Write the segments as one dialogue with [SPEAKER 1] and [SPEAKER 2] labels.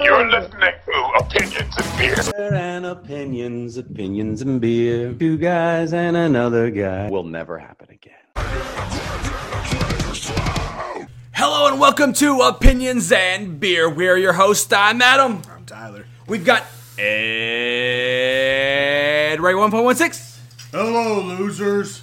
[SPEAKER 1] You're listening to Opinions and Beer.
[SPEAKER 2] And opinions, opinions and beer. Two guys and another guy. Will never happen again.
[SPEAKER 3] Hello and welcome to Opinions and Beer. We're your hosts. I'm Adam.
[SPEAKER 4] I'm Tyler.
[SPEAKER 3] We've got Ed Ray 1.16.
[SPEAKER 4] Hello, losers.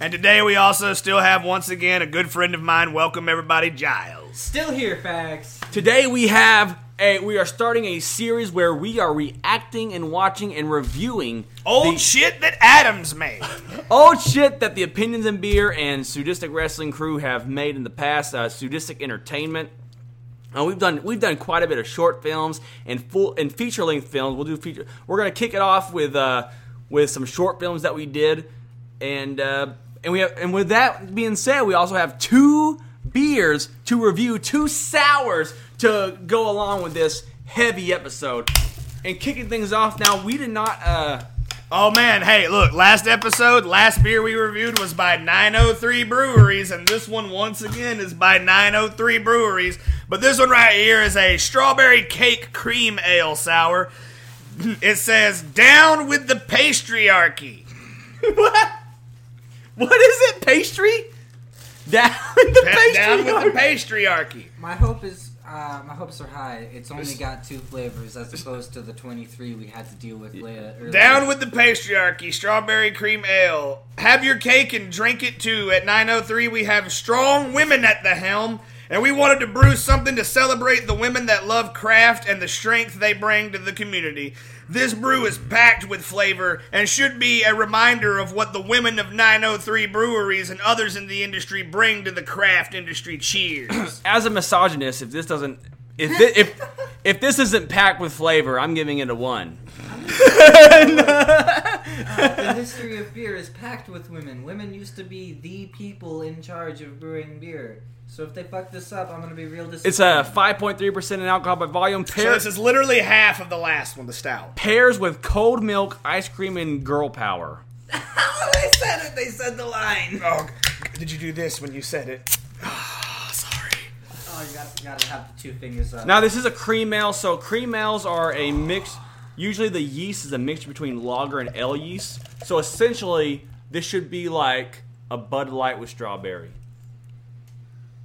[SPEAKER 4] And today we also still have once again a good friend of mine. Welcome everybody, Giles.
[SPEAKER 5] Still here, facts.
[SPEAKER 3] Today we have a we are starting a series where we are reacting and watching and reviewing
[SPEAKER 4] Old
[SPEAKER 3] the
[SPEAKER 4] shit that Adams made.
[SPEAKER 3] old shit that the Opinions and Beer and Sudistic Wrestling crew have made in the past. Uh, Sudistic Entertainment. Uh, we've done we've done quite a bit of short films and full and feature length films. We'll do feature. We're gonna kick it off with uh, with some short films that we did, and uh, and we have and with that being said, we also have two beers to review, two sours to go along with this heavy episode. And kicking things off now, we did not. Uh,
[SPEAKER 4] oh man, hey, look, last episode, last beer we reviewed was by 903 Breweries, and this one once again is by 903 Breweries. But this one right here is a strawberry cake cream ale sour. It says, Down with the patriarchy.
[SPEAKER 3] What? What is it? Pastry? Down with the pastry.
[SPEAKER 4] Down with the patriarchy.
[SPEAKER 5] My hope is uh, my hopes are high. It's only got two flavors as opposed to the 23 we had to deal with later. earlier.
[SPEAKER 4] Down with the patriarchy, strawberry cream ale. Have your cake and drink it too. At 903, we have strong women at the helm, and we wanted to brew something to celebrate the women that love craft and the strength they bring to the community. This brew is packed with flavor and should be a reminder of what the women of 903 breweries and others in the industry bring to the craft industry. Cheers.
[SPEAKER 3] As a misogynist, if this doesn't, if thi- if if this isn't packed with flavor, I'm giving it a one.
[SPEAKER 5] the history of beer is packed with women. Women used to be the people in charge of brewing beer. So if they fuck this up, I'm gonna be real disappointed.
[SPEAKER 3] It's a 5.3 percent in alcohol by volume.
[SPEAKER 4] so
[SPEAKER 3] Pairs
[SPEAKER 4] this is literally half of the last one, the stout.
[SPEAKER 3] pairs with cold milk, ice cream, and girl power.
[SPEAKER 5] Oh, they said it. They said the line.
[SPEAKER 4] Oh, did you do this when you said it? sorry.
[SPEAKER 5] Oh, you gotta, gotta have the two fingers up.
[SPEAKER 3] Now this is a cream ale, so cream ales are a mix. Usually the yeast is a mixture between lager and ale yeast. So essentially, this should be like a Bud Light with strawberry.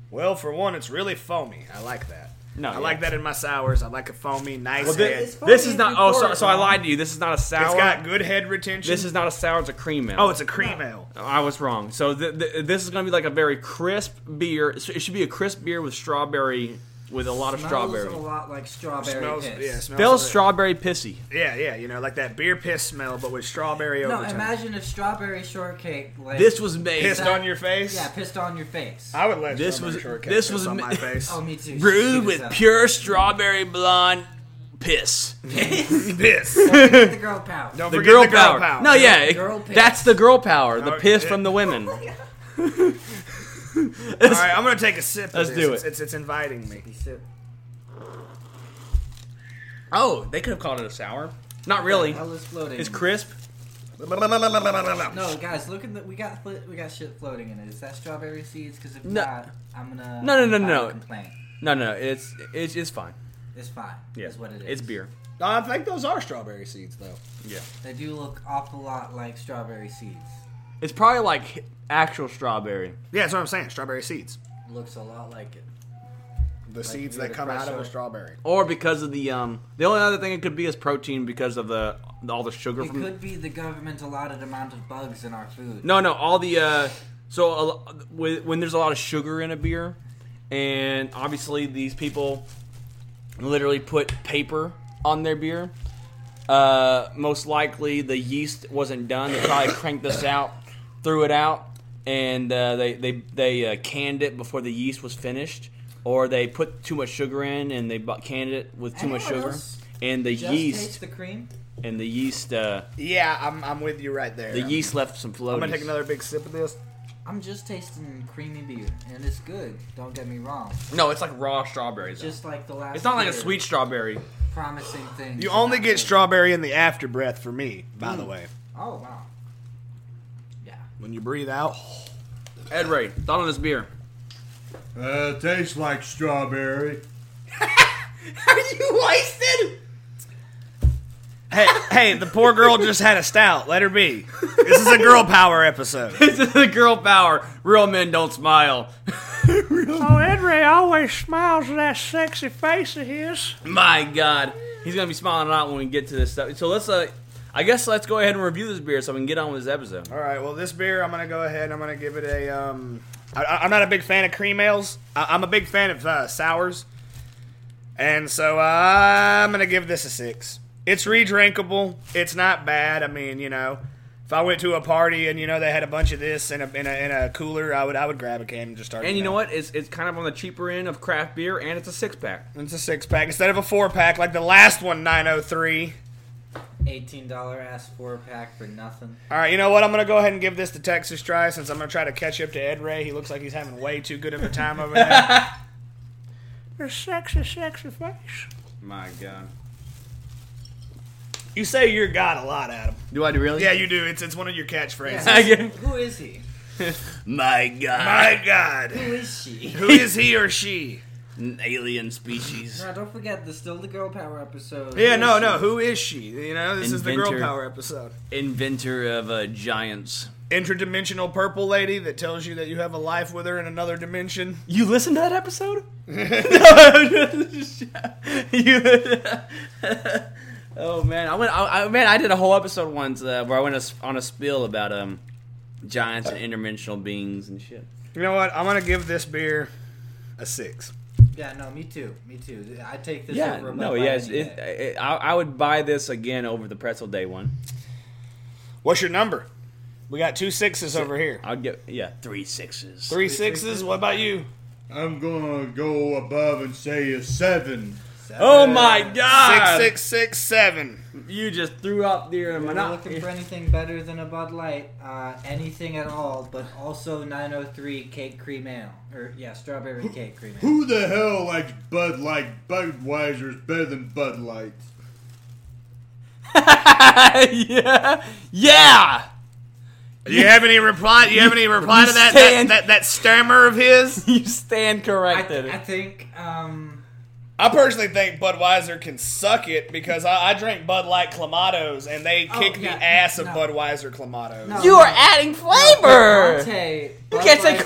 [SPEAKER 4] Well, for one, it's really foamy. I like that.
[SPEAKER 3] No,
[SPEAKER 4] I
[SPEAKER 3] yeah.
[SPEAKER 4] like that in my sours. I like a foamy, nice
[SPEAKER 3] Well, thi-
[SPEAKER 4] head.
[SPEAKER 3] this,
[SPEAKER 4] It's
[SPEAKER 5] It's funny
[SPEAKER 3] is
[SPEAKER 5] if
[SPEAKER 3] not.
[SPEAKER 5] you
[SPEAKER 3] Oh,
[SPEAKER 5] pour
[SPEAKER 3] so,
[SPEAKER 5] it
[SPEAKER 3] so I
[SPEAKER 5] wrong.
[SPEAKER 3] lied to you. This is not a sour.
[SPEAKER 4] got good head retention.
[SPEAKER 3] this is not a sour. It's a cream ale.
[SPEAKER 4] oh, it's a cream ale.
[SPEAKER 3] I was wrong. So th- th- this is going to be like a very crisp beer. It should be a crisp beer with strawberry, with a lot of strawberry.
[SPEAKER 5] Smells a lot like strawberry
[SPEAKER 4] Smells,
[SPEAKER 5] piss.
[SPEAKER 4] yeah, smells.
[SPEAKER 3] Bell's
[SPEAKER 4] good.
[SPEAKER 3] strawberry pissy.
[SPEAKER 4] Yeah, yeah, you know, like that beer piss smell, but with strawberry
[SPEAKER 5] No,
[SPEAKER 4] overtone.
[SPEAKER 5] imagine if strawberry shortcake like
[SPEAKER 3] This was made.
[SPEAKER 4] pissed
[SPEAKER 5] that-
[SPEAKER 4] on your face.
[SPEAKER 5] yeah pissed on your face.
[SPEAKER 4] I would let
[SPEAKER 3] This
[SPEAKER 4] strawberry
[SPEAKER 3] was-
[SPEAKER 4] shortcake
[SPEAKER 3] this
[SPEAKER 4] piss
[SPEAKER 3] was
[SPEAKER 4] on
[SPEAKER 3] ma-
[SPEAKER 4] my face.
[SPEAKER 5] oh, me too.
[SPEAKER 3] brewed
[SPEAKER 5] Shoot
[SPEAKER 3] with
[SPEAKER 5] us up.
[SPEAKER 3] pure strawberry blonde piss.
[SPEAKER 4] Piss.
[SPEAKER 5] Get the girl power.
[SPEAKER 4] Don't
[SPEAKER 3] The
[SPEAKER 4] forget
[SPEAKER 3] girl,
[SPEAKER 4] the girl
[SPEAKER 3] power.
[SPEAKER 4] power.
[SPEAKER 3] No, yeah, it-
[SPEAKER 5] Girl piss.
[SPEAKER 3] that's the girl power. The
[SPEAKER 4] Oh,
[SPEAKER 3] piss
[SPEAKER 4] yeah.
[SPEAKER 3] from the women.
[SPEAKER 4] All right, I'm gonna take a sip.
[SPEAKER 3] Let's
[SPEAKER 4] of
[SPEAKER 3] do
[SPEAKER 4] this.
[SPEAKER 3] it.
[SPEAKER 4] It's, it's, it's inviting me.
[SPEAKER 3] Oh, they could have called it a sour. Not really.
[SPEAKER 5] Hell is floating.
[SPEAKER 3] It's crisp.
[SPEAKER 5] No, guys, look at the we got fl- we got shit floating in it. Is that strawberry seeds? Because if
[SPEAKER 3] No.
[SPEAKER 5] not, I'm gonna
[SPEAKER 3] No, no, no,
[SPEAKER 5] I'm gonna
[SPEAKER 3] no.
[SPEAKER 5] complain.
[SPEAKER 3] No, no, it's it's, it's fine.
[SPEAKER 5] It's fine.
[SPEAKER 3] Yeah,
[SPEAKER 5] is what it is.
[SPEAKER 3] It's beer.
[SPEAKER 4] I think those are strawberry seeds, though.
[SPEAKER 3] Yeah.
[SPEAKER 5] They do look awful lot like strawberry seeds.
[SPEAKER 3] It's probably like h- actual strawberry.
[SPEAKER 4] Yeah, that's what I'm saying. Strawberry seeds.
[SPEAKER 5] Looks a lot like it.
[SPEAKER 4] The seeds
[SPEAKER 5] you're
[SPEAKER 4] that
[SPEAKER 5] the
[SPEAKER 4] come out of a
[SPEAKER 5] crusher.
[SPEAKER 4] strawberry.
[SPEAKER 3] Or because of the um the only other thing it could be is protein because of the all the sugar
[SPEAKER 5] It
[SPEAKER 3] from
[SPEAKER 5] could be the government allotted amount of bugs in our food.
[SPEAKER 3] No, no, all the uh so a, lo- when when there's a lot of sugar in a beer and obviously these people literally put paper on their beer. Uh most likely the yeast wasn't done. They probably cranked this out, threw it out and uh, they they they uh, canned it before the yeast was finished or they put too much sugar in and they bu- canned it with too
[SPEAKER 5] I know
[SPEAKER 3] much
[SPEAKER 5] what
[SPEAKER 3] sugar.
[SPEAKER 5] else
[SPEAKER 3] And the
[SPEAKER 5] Just
[SPEAKER 3] yeast
[SPEAKER 5] taste the cream.
[SPEAKER 3] and the yeast uh,
[SPEAKER 4] Yeah, I'm, I'm with you right there.
[SPEAKER 3] the
[SPEAKER 4] I'm-
[SPEAKER 3] yeast left some
[SPEAKER 4] I'm
[SPEAKER 3] floaties.
[SPEAKER 4] gonna take another big sip of this.
[SPEAKER 5] I'm just tasting creamy beer, and it's good. Don't get me wrong.
[SPEAKER 3] No, it's like raw strawberries. though.
[SPEAKER 5] Just like the last.
[SPEAKER 3] it's not like a
[SPEAKER 5] beer,
[SPEAKER 3] sweet strawberry.
[SPEAKER 5] promising thing.
[SPEAKER 4] You only get strawberry in the after breath for me, by the way.
[SPEAKER 5] Oh wow. Yeah.
[SPEAKER 4] Mm. When you breathe out,
[SPEAKER 3] Ed Ray, thought on this beer.
[SPEAKER 6] Uh, tastes like strawberry.
[SPEAKER 5] Are you wasted?
[SPEAKER 4] Hey, hey, the poor girl just had a stout. Let her be. This is a girl power episode.
[SPEAKER 3] This is the girl power. Real men don't smile.
[SPEAKER 6] Oh, Henry always smiles at that sexy face of his.
[SPEAKER 3] My God, he's gonna be smiling a lot when we get to this stuff. So let's, uh, I guess, let's go ahead and review this beer so we can get on with this episode.
[SPEAKER 4] All right. Well, this beer, I'm gonna go ahead. I'm gonna give it a. Um, I- I, I'm not a big fan of cream ales. I, I'm a big fan of uh, sours, and so uh, I'm gonna give this a six. It's redrinkable. It's not bad. I mean, you know, if I went to a party and you know they had a bunch of this in a in a, in a cooler, I would I would grab a can and just start.
[SPEAKER 3] And
[SPEAKER 4] it
[SPEAKER 3] you know
[SPEAKER 4] down.
[SPEAKER 3] what? It's it's kind of on the cheaper end of craft beer, and it's a six pack.
[SPEAKER 4] It's a six pack instead of a four pack like the last one, 903.
[SPEAKER 5] Eighteen dollar ass four pack for nothing.
[SPEAKER 4] All right, you know what? I'm gonna go ahead and give this to Texas try since I'm gonna try to catch up to Ed Ray. He looks like he's having way too good of a time over there.
[SPEAKER 6] Your sexy, sexy face.
[SPEAKER 3] My God,
[SPEAKER 4] You say you're God a lot, Adam.
[SPEAKER 3] do I really?
[SPEAKER 4] Yeah, you do. It's it's one of your catchphrases.
[SPEAKER 3] I get-
[SPEAKER 5] Who is he?
[SPEAKER 3] My God,
[SPEAKER 4] My God,
[SPEAKER 5] Who is she?
[SPEAKER 4] who is he or she?
[SPEAKER 3] an alien species.
[SPEAKER 5] Now don't forget, there's still the girl power episode.
[SPEAKER 4] Yeah,
[SPEAKER 5] Who
[SPEAKER 4] no,
[SPEAKER 5] is
[SPEAKER 4] no.
[SPEAKER 5] she?
[SPEAKER 4] Who is she? You know, this is the girl
[SPEAKER 3] Inventor.
[SPEAKER 4] power episode.
[SPEAKER 3] Inventor of uh, giants.
[SPEAKER 4] Interdimensional purple lady that tells you that you have a life with her in another dimension.
[SPEAKER 3] You listened to that episode? no. you. oh man, I went. I, I, man, I did a whole episode once uh, where I went a s on a spill about um giants and interdimensional beings and shit.
[SPEAKER 4] You know what? I'm gonna give this beer a six.
[SPEAKER 5] Yeah, no, me too. Me too. I take this
[SPEAKER 3] Yeah,
[SPEAKER 5] over. a
[SPEAKER 3] no,
[SPEAKER 5] Bud Light
[SPEAKER 3] yes,
[SPEAKER 5] any
[SPEAKER 3] it,
[SPEAKER 5] day.
[SPEAKER 3] it, I, I would buy this again over the pretzel day one.
[SPEAKER 4] What's your number? We got two sixes over here.
[SPEAKER 3] I'd get yeah three sixes.
[SPEAKER 4] Three sixes. What about you?
[SPEAKER 7] I'm gonna go above and say a seven.
[SPEAKER 5] Uh,
[SPEAKER 3] Oh my
[SPEAKER 4] Six
[SPEAKER 3] god!
[SPEAKER 4] six six seven.
[SPEAKER 3] You just threw out there and
[SPEAKER 5] If
[SPEAKER 3] my
[SPEAKER 5] you're
[SPEAKER 3] not.
[SPEAKER 5] looking for anything better than a Bud Light, uh, anything at all, but also 903 cake cream ale. Or, yeah, strawberry cake cream ale.
[SPEAKER 7] Who the hell likes Bud Light? Budweiser's better than Bud Light.
[SPEAKER 3] yeah, yeah.
[SPEAKER 4] Do you have any reply? Do you have any reply
[SPEAKER 3] You
[SPEAKER 4] to that that,
[SPEAKER 3] stand-
[SPEAKER 4] that that stammer of his?
[SPEAKER 3] You stand
[SPEAKER 5] I,
[SPEAKER 3] corrected.
[SPEAKER 5] th- I think, um,
[SPEAKER 4] I personally think Budweiser can suck it because I, I drank Bud Light Clamatos and they
[SPEAKER 5] Oh,
[SPEAKER 4] kick
[SPEAKER 5] yeah,
[SPEAKER 4] the ass of
[SPEAKER 5] no.
[SPEAKER 4] Budweiser Clamatos.
[SPEAKER 5] no,
[SPEAKER 3] you
[SPEAKER 5] no,
[SPEAKER 3] are adding flavor.
[SPEAKER 5] Conte,
[SPEAKER 3] you can't say
[SPEAKER 5] Budweiser-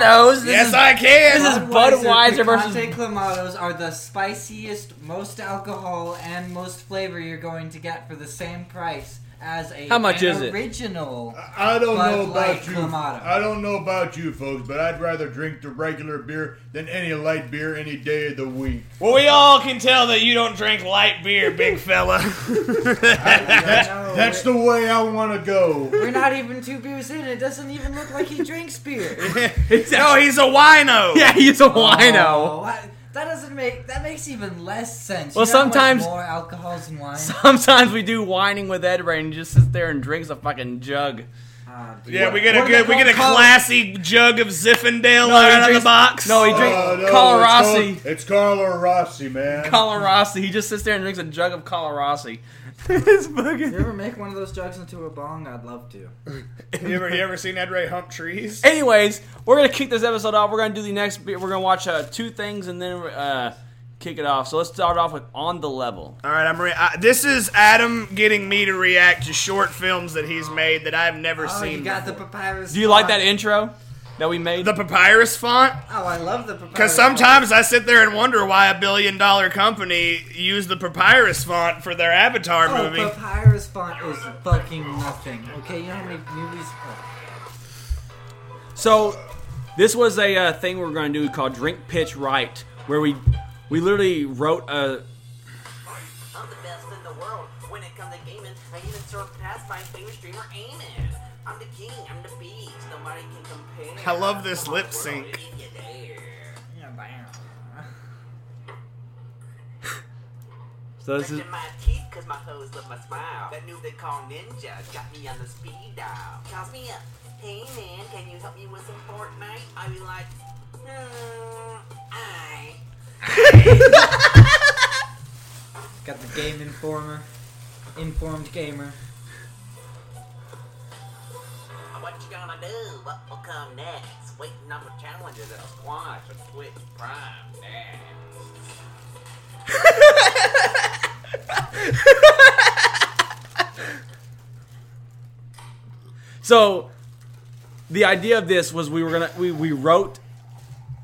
[SPEAKER 3] Clamatos. This
[SPEAKER 4] Yes,
[SPEAKER 3] is-
[SPEAKER 4] I can.
[SPEAKER 3] this is Budweiser versus-
[SPEAKER 5] Conte Clamatos are the spiciest, most alcohol, and most flavor you're going to get for the same price as a
[SPEAKER 3] How much
[SPEAKER 5] an
[SPEAKER 3] is it?
[SPEAKER 5] original.
[SPEAKER 7] I don't
[SPEAKER 5] Bud
[SPEAKER 7] know about
[SPEAKER 5] Light
[SPEAKER 7] you.
[SPEAKER 5] Clamato.
[SPEAKER 7] I don't know about you folks, but I'd rather drink the regular beer than any light beer any day of the week.
[SPEAKER 4] well, we all can tell that you don't drink light beer, big fella.
[SPEAKER 5] That's,
[SPEAKER 7] That's the way I want to go.
[SPEAKER 5] We're not even two beers in. It doesn't even look like he drinks beer.
[SPEAKER 4] no, he's a wino.
[SPEAKER 3] yeah, he's a wino.
[SPEAKER 5] Oh, I- that doesn't make that makes even less sense.
[SPEAKER 3] Well,
[SPEAKER 5] You know how much
[SPEAKER 3] sometimes-
[SPEAKER 5] more alcohols and wine.
[SPEAKER 3] Sometimes we do whining with Ed Ray and he just sits there and drinks a fucking jug.
[SPEAKER 5] Ah, dude.
[SPEAKER 4] Yeah, we get a
[SPEAKER 5] What do they
[SPEAKER 4] good, we get a
[SPEAKER 5] call-
[SPEAKER 4] classy jug of Zinfandel
[SPEAKER 3] he
[SPEAKER 4] out of
[SPEAKER 3] drinks-
[SPEAKER 4] the box.
[SPEAKER 3] No, he drinks
[SPEAKER 7] Oh, no,
[SPEAKER 3] Colorossi.
[SPEAKER 7] It's, called, it's Colorossi, man.
[SPEAKER 3] Colorossi. He just sits there and drinks a jug of Colorossi. It's fucking-
[SPEAKER 5] You ever make one of those jugs into a bong? I'd love to.
[SPEAKER 4] you ever you ever seen Ed Ray hump trees?
[SPEAKER 3] Anyways, we're gonna kick this episode off. We're gonna do the next. bit. We're gonna watch uh, two things and then uh, kick it off. So let's start off with on the level.
[SPEAKER 4] All right, I'm. Re- I, this is Adam getting me to react to short films that he's made that I've never
[SPEAKER 5] Oh,
[SPEAKER 4] seen.
[SPEAKER 5] you got the
[SPEAKER 4] before.
[SPEAKER 5] papyrus.
[SPEAKER 3] Do you like that
[SPEAKER 5] font.
[SPEAKER 3] intro that we made?
[SPEAKER 4] the papyrus font.
[SPEAKER 5] Oh, I love the papyrus.
[SPEAKER 4] Because
[SPEAKER 5] font.
[SPEAKER 4] sometimes I sit there and wonder why a billion dollar company used the papyrus font for their Avatar
[SPEAKER 5] Oh,
[SPEAKER 4] movie.
[SPEAKER 5] papyrus font is fucking nothing. Okay, you know how many movies? Oh,
[SPEAKER 3] So, this was a uh, thing we are going to do called Drink Pitch Right, where we we literally wrote a.
[SPEAKER 8] I'm the best in the world when it comes to gaming. I even surpassed my favorite streamer, Amen. I'm the king, I'm the beast. Nobody can compare.
[SPEAKER 4] I love this lip sync.
[SPEAKER 5] yeah, bam.
[SPEAKER 3] So this is
[SPEAKER 8] Brushing my teeth 'cause my hoes love my smile. That noob they call Ninja got me on the speed dial. Calls me up, hey man, can you help me with some Fortnite? I be like, hmm, I.
[SPEAKER 5] Got the game informer, informed gamer.
[SPEAKER 8] What you gonna do? What will come next? Waiting on the challenges at a squash or Twitch Prime next.
[SPEAKER 3] So the idea of this was we were gonna we, we wrote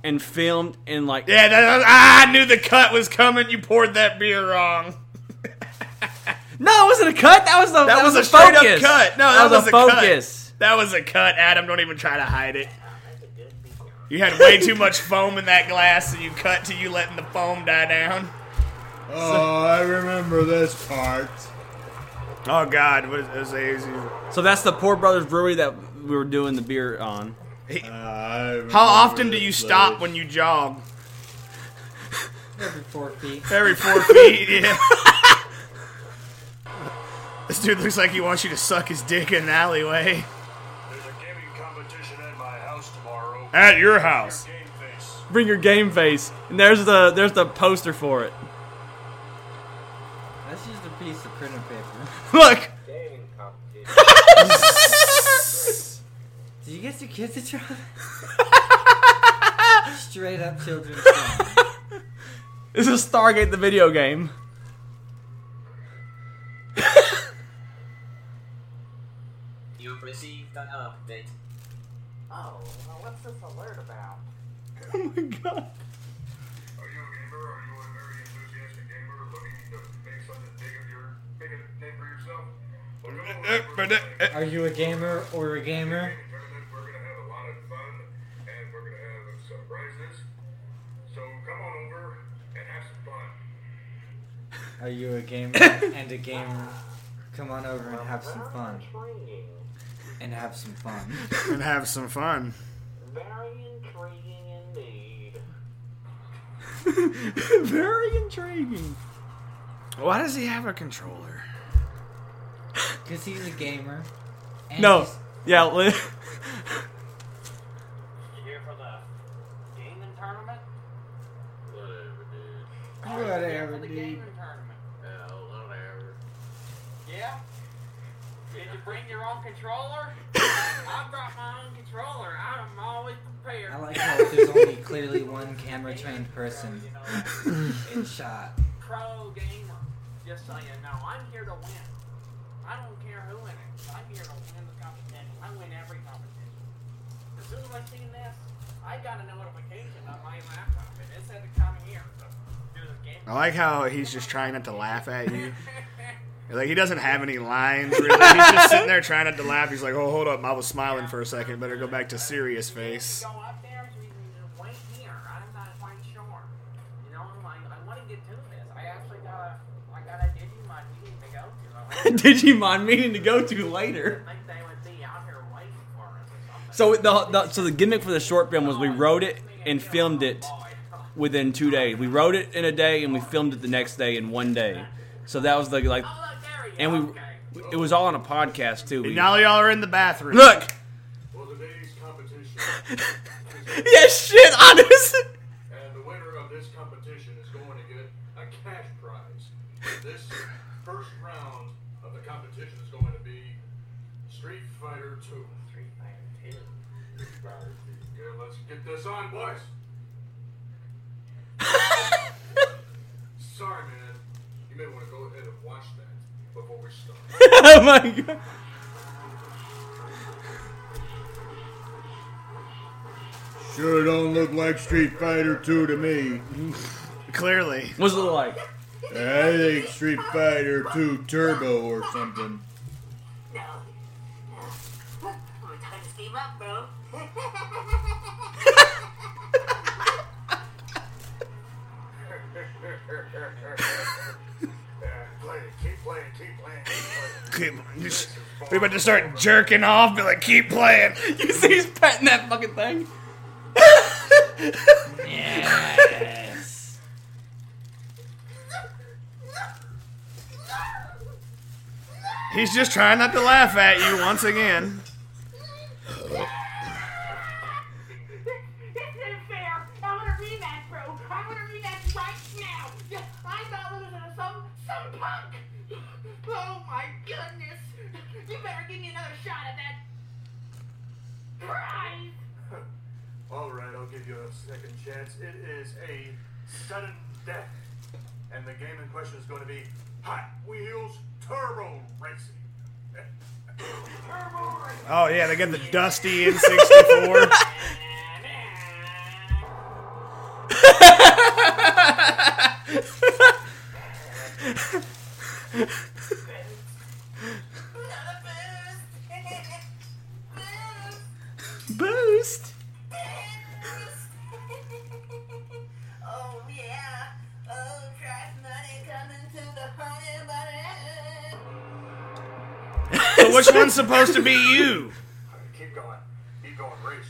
[SPEAKER 3] and filmed and like
[SPEAKER 4] Yeah, that, ah, I knew the cut was coming. You poured that beer wrong.
[SPEAKER 3] no it wasn't a cut that was the
[SPEAKER 4] That, was, a straight
[SPEAKER 3] focus.
[SPEAKER 4] up cut. No, that, was, a,
[SPEAKER 3] focus
[SPEAKER 4] cut. That was a cut. Adam, don't even try to hide it. You had way too much foam in that glass, and you cut to you letting the foam die down.
[SPEAKER 7] Oh, I remember this part.
[SPEAKER 4] Oh God, what is, is, is,
[SPEAKER 3] so that's the Poor Brothers Brewery that we were doing the beer on
[SPEAKER 7] Uh,
[SPEAKER 4] How often do you stop when you jog?
[SPEAKER 5] Every four feet.
[SPEAKER 4] Every four feet. Yeah. this dude looks like he wants you to suck his dick in an alleyway.
[SPEAKER 1] There's a gaming competition at my house tomorrow.
[SPEAKER 4] At your house.
[SPEAKER 1] Game face.
[SPEAKER 3] bring your game face and there's the there's the poster for it
[SPEAKER 5] That's just a piece of printer paper.
[SPEAKER 4] Look.
[SPEAKER 5] Did you get your kids a try? Straight up children's song.
[SPEAKER 3] this is Stargate the video game
[SPEAKER 8] You've received an update.
[SPEAKER 9] Oh, well, what's this alert about?
[SPEAKER 1] Are you a gamer? Are you a very enthusiastic gamer looking to make something big of your big a name for yourself? Well, you know, we're gonna have
[SPEAKER 5] Are you a gamer or a gamer?
[SPEAKER 1] a tournament, we're gonna have a lot of fun, and we're gonna have some prizes. So come on over and have some fun.
[SPEAKER 5] Are you a gamer and a gamer? Come on over and have some fun.
[SPEAKER 9] Intriguing.
[SPEAKER 5] And have some fun.
[SPEAKER 4] And have some fun.
[SPEAKER 9] Very intriguing indeed.
[SPEAKER 3] very intriguing
[SPEAKER 4] Why does he have a controller?
[SPEAKER 5] Because he's a gamer. And
[SPEAKER 3] no
[SPEAKER 5] he's-
[SPEAKER 3] yeah li-
[SPEAKER 9] You here for the gaming tournament? Whatever, dude.
[SPEAKER 5] Whatever,
[SPEAKER 9] the
[SPEAKER 5] dude.
[SPEAKER 9] gaming tournament. Oh, whatever. Yeah? Did you bring your own controller? I brought my own controller. I'm always prepared.
[SPEAKER 5] I like how there's only clearly one camera trained person
[SPEAKER 9] You know, I'm a
[SPEAKER 5] in shot.
[SPEAKER 9] pro gamer. Just so you know, I'm here to win. I don't care who in it. I'm here to win the competition. I win every competition. As soon as I seen this, I got a notification on my laptop, and it said to come here to do this game.
[SPEAKER 4] I like how he's just trying not to laugh at you. Like he doesn't have any lines really. He's just sitting there trying not to laugh. He's like, "Oh, hold up, I was smiling for a second. Better go back to serious face."
[SPEAKER 9] go up there and you can just wait here. I'm not quite sure. You know, I'm like, I want to get to this. I actually got a, I got a Digimon meeting to go to. I like,
[SPEAKER 3] Digimon meeting to go to later
[SPEAKER 9] think they would be out here waiting for us or something.
[SPEAKER 3] so the, the so the gimmick for the short film was we wrote it and filmed it within two days we wrote it in a day and we filmed it the next day in one day so that was the like
[SPEAKER 9] Oh, look, there he is.
[SPEAKER 3] and we
[SPEAKER 9] Okay.
[SPEAKER 3] it was all on a podcast too we,
[SPEAKER 4] Now y'all are in the bathroom.
[SPEAKER 3] look
[SPEAKER 1] Well, today's competition,
[SPEAKER 3] yes shit honest
[SPEAKER 1] and the winner of this competition is going to get a cash prize. This first round of the competition is going to be Street Fighter 2. Street Fighter 2. Street Fighter 2. Yeah, let's get this on, boys. Sorry, man. You may want to go ahead and watch that before we start.
[SPEAKER 3] oh my god
[SPEAKER 7] Sure don't look like Street Fighter 2 to me.
[SPEAKER 4] Clearly,
[SPEAKER 3] what's it like
[SPEAKER 7] I think Street Fighter 2 Turbo or something.
[SPEAKER 9] No. No. Oh, time to steam up, bro.
[SPEAKER 1] Yeah, play it. Keep playing. Keep playing. Keep
[SPEAKER 4] Keep- just- we about to start jerking off. Be like, "Keep playing."
[SPEAKER 3] You see, he's petting that fucking thing.
[SPEAKER 4] He's just trying not to laugh at you once again.
[SPEAKER 10] This isn't fair. I want a rematch, bro. I want a rematch right now. Yes, I'm not losing to some some punk. Oh my goodness! You better give me another shot at that prize.
[SPEAKER 1] All right, I'll give you a second chance. It is a sudden death. and the game in question is going to be Hot Wheels Turbo Racing.
[SPEAKER 4] Oh yeah, they got the dusty N64. Boost.
[SPEAKER 10] Oh yeah. Oh, crash money coming to the honey butter.
[SPEAKER 4] So which one's supposed to be you?
[SPEAKER 1] Keep going. Keep going. Race.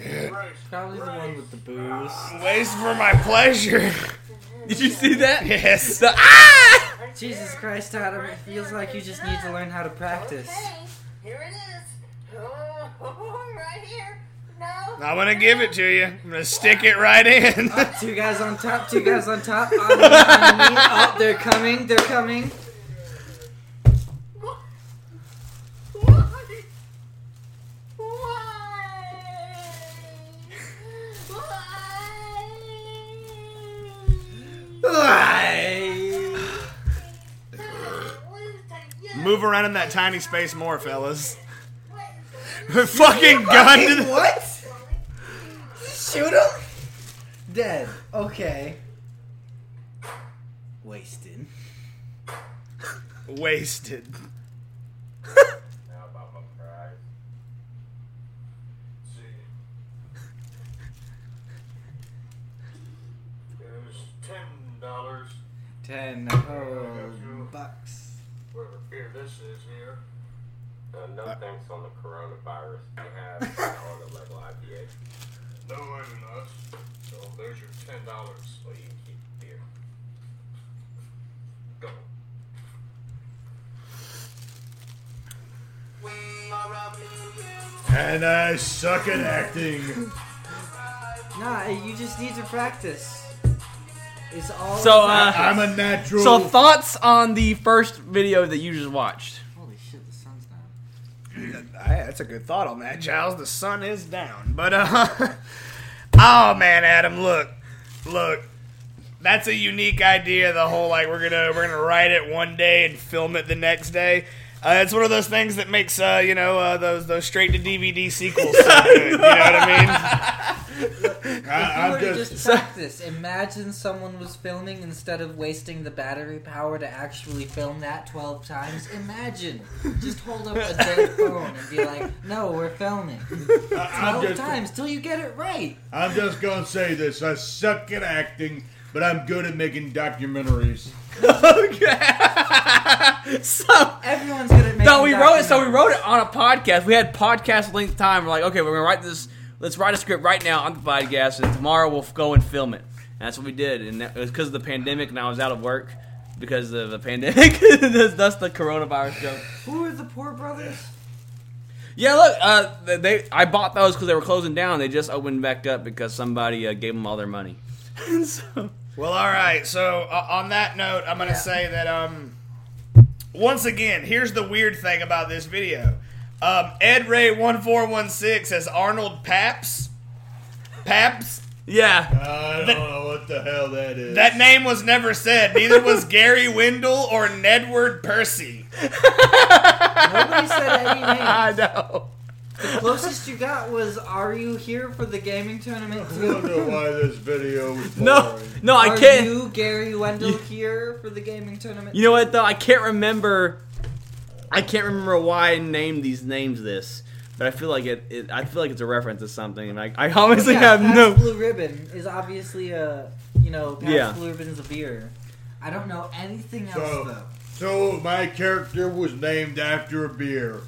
[SPEAKER 1] Race. Race.
[SPEAKER 5] Probably the one with the booze.
[SPEAKER 4] Waste for my pleasure.
[SPEAKER 3] Did you see that?
[SPEAKER 4] Yes.
[SPEAKER 3] The- ah!
[SPEAKER 5] Jesus Christ, Adam, it feels like you just need to learn how to practice.
[SPEAKER 10] Okay, here it is. Oh, right here. No.
[SPEAKER 4] I'm gonna give it to you. I'm gonna stick it right in.
[SPEAKER 5] Two guys on top, two guys on top. On me, on me. Oh, they're coming, they're coming.
[SPEAKER 10] Why? Why? Why? Why?
[SPEAKER 4] Move around in that tiny space more, fellas. fucking gun to the-
[SPEAKER 5] What? Shoot him? Dead. Okay. Wasted.
[SPEAKER 4] wasted.
[SPEAKER 1] Now about my prize. See. It was ten dollars.
[SPEAKER 5] Ten oh, bucks.
[SPEAKER 1] Whatever beer this is here. Uh, no thanks on the coronavirus. I have on the level IPA. No, I do not. So there's your ten dollars. Well, you can keep the beer. Go.
[SPEAKER 7] And I suck at acting.
[SPEAKER 5] Nah, you just need to practice. It's all.
[SPEAKER 3] So, uh,
[SPEAKER 7] I'm a natural.
[SPEAKER 3] So thoughts on the first video that you just watched?
[SPEAKER 5] Holy shit, the sun's down.
[SPEAKER 4] That's a good thought on that, Giles. The sun is down, but uh, oh man, Adam, look, look, that's a unique idea. The whole like we're gonna we're gonna write it one day and film it the next day. Uh, it's one of those things that makes uh, you know uh, those those straight to DVD sequels so good. You know what I mean?
[SPEAKER 7] I,
[SPEAKER 5] You
[SPEAKER 7] I'm
[SPEAKER 5] would've
[SPEAKER 7] just.
[SPEAKER 5] just practice. Imagine someone was filming instead of wasting the battery power to actually film that 12 times. Imagine. Just hold up a dead phone and be like, no, we're filming.
[SPEAKER 7] I,
[SPEAKER 5] 12
[SPEAKER 7] am just.
[SPEAKER 5] times till you get it right.
[SPEAKER 7] I'm just gonna say this. I suck at acting, but I'm good at making documentaries.
[SPEAKER 3] Okay. so
[SPEAKER 5] Everyone's going to make
[SPEAKER 3] no, we wrote it. So we wrote it on a podcast. We had podcast length time. We're like, okay, we're gonna write this. Let's write a script right now on the podcast, and tomorrow we'll go and film it. And that's what we did, and that, it was because of the pandemic, and I was out of work because of the pandemic. that's, that's the coronavirus joke.
[SPEAKER 5] Who are the poor brothers?
[SPEAKER 3] Yeah, look, uh, they I bought those because they were closing down. They just opened back up because somebody uh, gave them all their money. And so,
[SPEAKER 4] Well, all right. So uh, on that note, I'm gonna say that um, once again, here's the weird thing about this video. Um, Ed Ray one four one six as Arnold Paps. Paps.
[SPEAKER 3] yeah,
[SPEAKER 7] I don't know what the hell that is.
[SPEAKER 4] That name was never said. Neither was Gary Wendell or Nedward Percy.
[SPEAKER 5] Nobody said any names.
[SPEAKER 3] I know.
[SPEAKER 5] The closest you got was, are you here for the gaming tournament
[SPEAKER 7] I don't
[SPEAKER 5] too?
[SPEAKER 7] know why this video was boring.
[SPEAKER 3] No, no, I
[SPEAKER 5] are
[SPEAKER 3] can't.
[SPEAKER 5] you, Gary Wendell, here for the gaming tournament?
[SPEAKER 3] You know what though? I can't remember. I can't remember why I named these names this, but I feel like it. it I feel like it's a reference to something, and I, I honestly
[SPEAKER 5] yeah,
[SPEAKER 3] have
[SPEAKER 5] Pabst
[SPEAKER 3] no.
[SPEAKER 5] Blue Ribbon is obviously a you know Pabst
[SPEAKER 3] Yeah.
[SPEAKER 5] Blue Ribbon's a beer. I don't know anything else
[SPEAKER 7] So-
[SPEAKER 5] though.
[SPEAKER 7] So my character was named after a beer.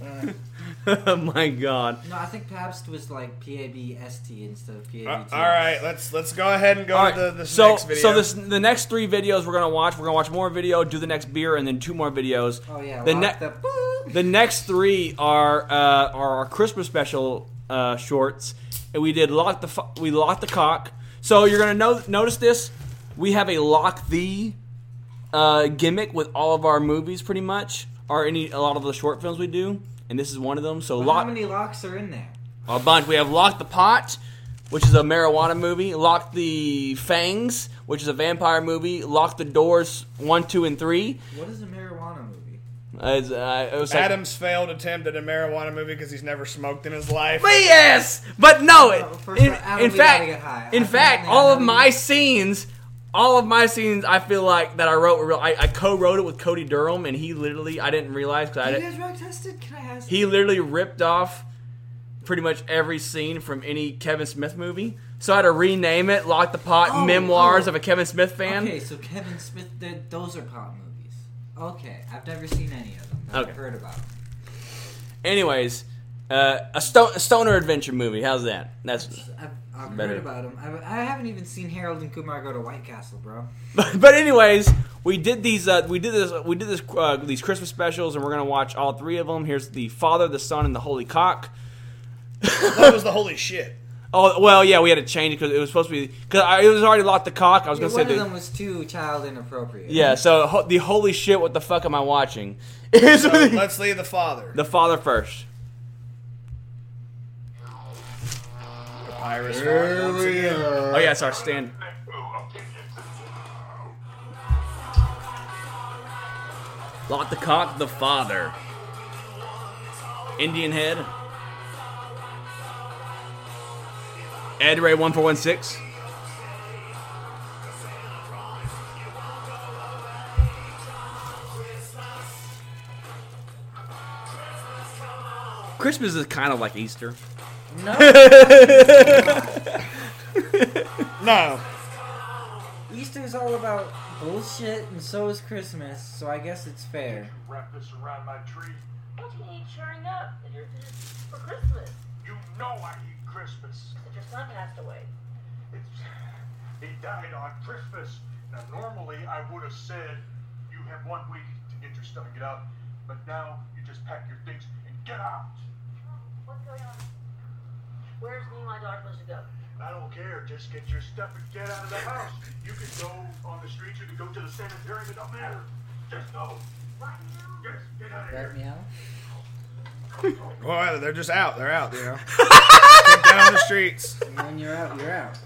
[SPEAKER 3] oh my god!
[SPEAKER 5] No, I think Pabst was like P A B S T instead of P A B T.
[SPEAKER 4] Uh, all right, let's let's go ahead and go
[SPEAKER 3] All right,
[SPEAKER 4] to the, this
[SPEAKER 3] so
[SPEAKER 4] next video.
[SPEAKER 3] so this the next three videos we're gonna watch. We're gonna watch more video, do the next beer, and then two more videos.
[SPEAKER 5] Oh yeah.
[SPEAKER 3] The
[SPEAKER 5] lock
[SPEAKER 3] next
[SPEAKER 5] the boop.
[SPEAKER 3] the next three are uh, are our Christmas special uh, shorts, and we did lock the fu- we locked the cock. So you're gonna no- notice this. We have a lock the uh, gimmick with all of our movies, pretty much, or any a lot of the short films we do, and this is one of them. So
[SPEAKER 5] How
[SPEAKER 3] lock
[SPEAKER 5] many locks are in there?
[SPEAKER 3] a bunch. We have lock the pot. which is a marijuana movie. Lock the Fangs, which is a vampire movie. Lock the Doors one, two, and three.
[SPEAKER 5] What is a marijuana movie?
[SPEAKER 3] Uh, it's, uh, it was like,
[SPEAKER 4] Adam's failed attempt at a marijuana movie because he's never smoked in his life.
[SPEAKER 3] But yes, but no. it-
[SPEAKER 5] first
[SPEAKER 3] in
[SPEAKER 5] of all,
[SPEAKER 3] in
[SPEAKER 5] we gotta get high.
[SPEAKER 3] fact, in
[SPEAKER 5] I
[SPEAKER 3] fact,
[SPEAKER 5] think
[SPEAKER 3] all of
[SPEAKER 5] I'm-
[SPEAKER 3] my scenes, all of my scenes, I feel like that I wrote. were real- I, I co-wrote it with Cody Durham, and he literally, I didn't realize because I
[SPEAKER 5] You
[SPEAKER 3] didn't.
[SPEAKER 5] guys rock tested? Can I ask?
[SPEAKER 3] He literally ripped off pretty much every scene from any Kevin Smith movie. So I had to rename it "Lock the Pot:
[SPEAKER 5] Oh,
[SPEAKER 3] Memoirs
[SPEAKER 5] oh.
[SPEAKER 3] of a Kevin Smith Fan."
[SPEAKER 5] Okay, so Kevin Smith, th- those are pop movies. Okay, I've never seen any of them. but
[SPEAKER 3] Okay.
[SPEAKER 5] I've heard about them.
[SPEAKER 3] Anyways, uh, a, sto- a stoner adventure movie. How's that? That's.
[SPEAKER 5] I've, I've
[SPEAKER 3] Better.
[SPEAKER 5] heard about them. I've, I haven't even seen Harold and Kumar go to White Castle, bro.
[SPEAKER 3] But, but anyways, we did these. Uh, we did this. We did this. Uh, these Christmas specials, and we're gonna watch all three of them. Here's the Father, the Son, and the Holy Cock.
[SPEAKER 4] that was the holy shit.
[SPEAKER 3] Oh well, yeah, we had to change because it was supposed to be because it was already locked the cock. I was
[SPEAKER 5] Yeah,
[SPEAKER 3] gonna
[SPEAKER 5] one
[SPEAKER 3] say
[SPEAKER 5] of
[SPEAKER 3] the,
[SPEAKER 5] them was too child inappropriate.
[SPEAKER 3] yeah. So ho- the holy shit, what the fuck am I watching? Is
[SPEAKER 4] So
[SPEAKER 5] Oh,
[SPEAKER 3] what he-
[SPEAKER 4] let's leave the father.
[SPEAKER 3] the Father first.
[SPEAKER 4] Papyrus
[SPEAKER 7] Here
[SPEAKER 4] once
[SPEAKER 7] we
[SPEAKER 4] again.
[SPEAKER 7] are.
[SPEAKER 3] Oh yeah, it's our stand. Lock the cock, the father. Indian head. Ed Ray one four one six. Christmas is kind of like Easter.
[SPEAKER 4] No.
[SPEAKER 5] Easter's all about bullshit, and so is Christmas. So I guess it's fair.
[SPEAKER 1] Wrap this around my tree.
[SPEAKER 10] What do you need cheering up for Christmas?
[SPEAKER 1] You know I eat Christmas.
[SPEAKER 10] If your son passed away.
[SPEAKER 1] It's, he died on Christmas. Now, normally I would have said, you have one week to get your stuff and get out, but now you just pack your things and get out.
[SPEAKER 10] What's going on? Where's me and my daughter supposed to go?
[SPEAKER 1] I don't care. Just get your stuff and get out of the house. You can go on the street. You can go to the sanitarium. It don't matter. Just go.
[SPEAKER 10] Right now?
[SPEAKER 1] Yes, get out of here.
[SPEAKER 5] Let me out.
[SPEAKER 4] Well, they're just out. They're out, you know. Kicked out on the streets.
[SPEAKER 5] And when you're out, you're out.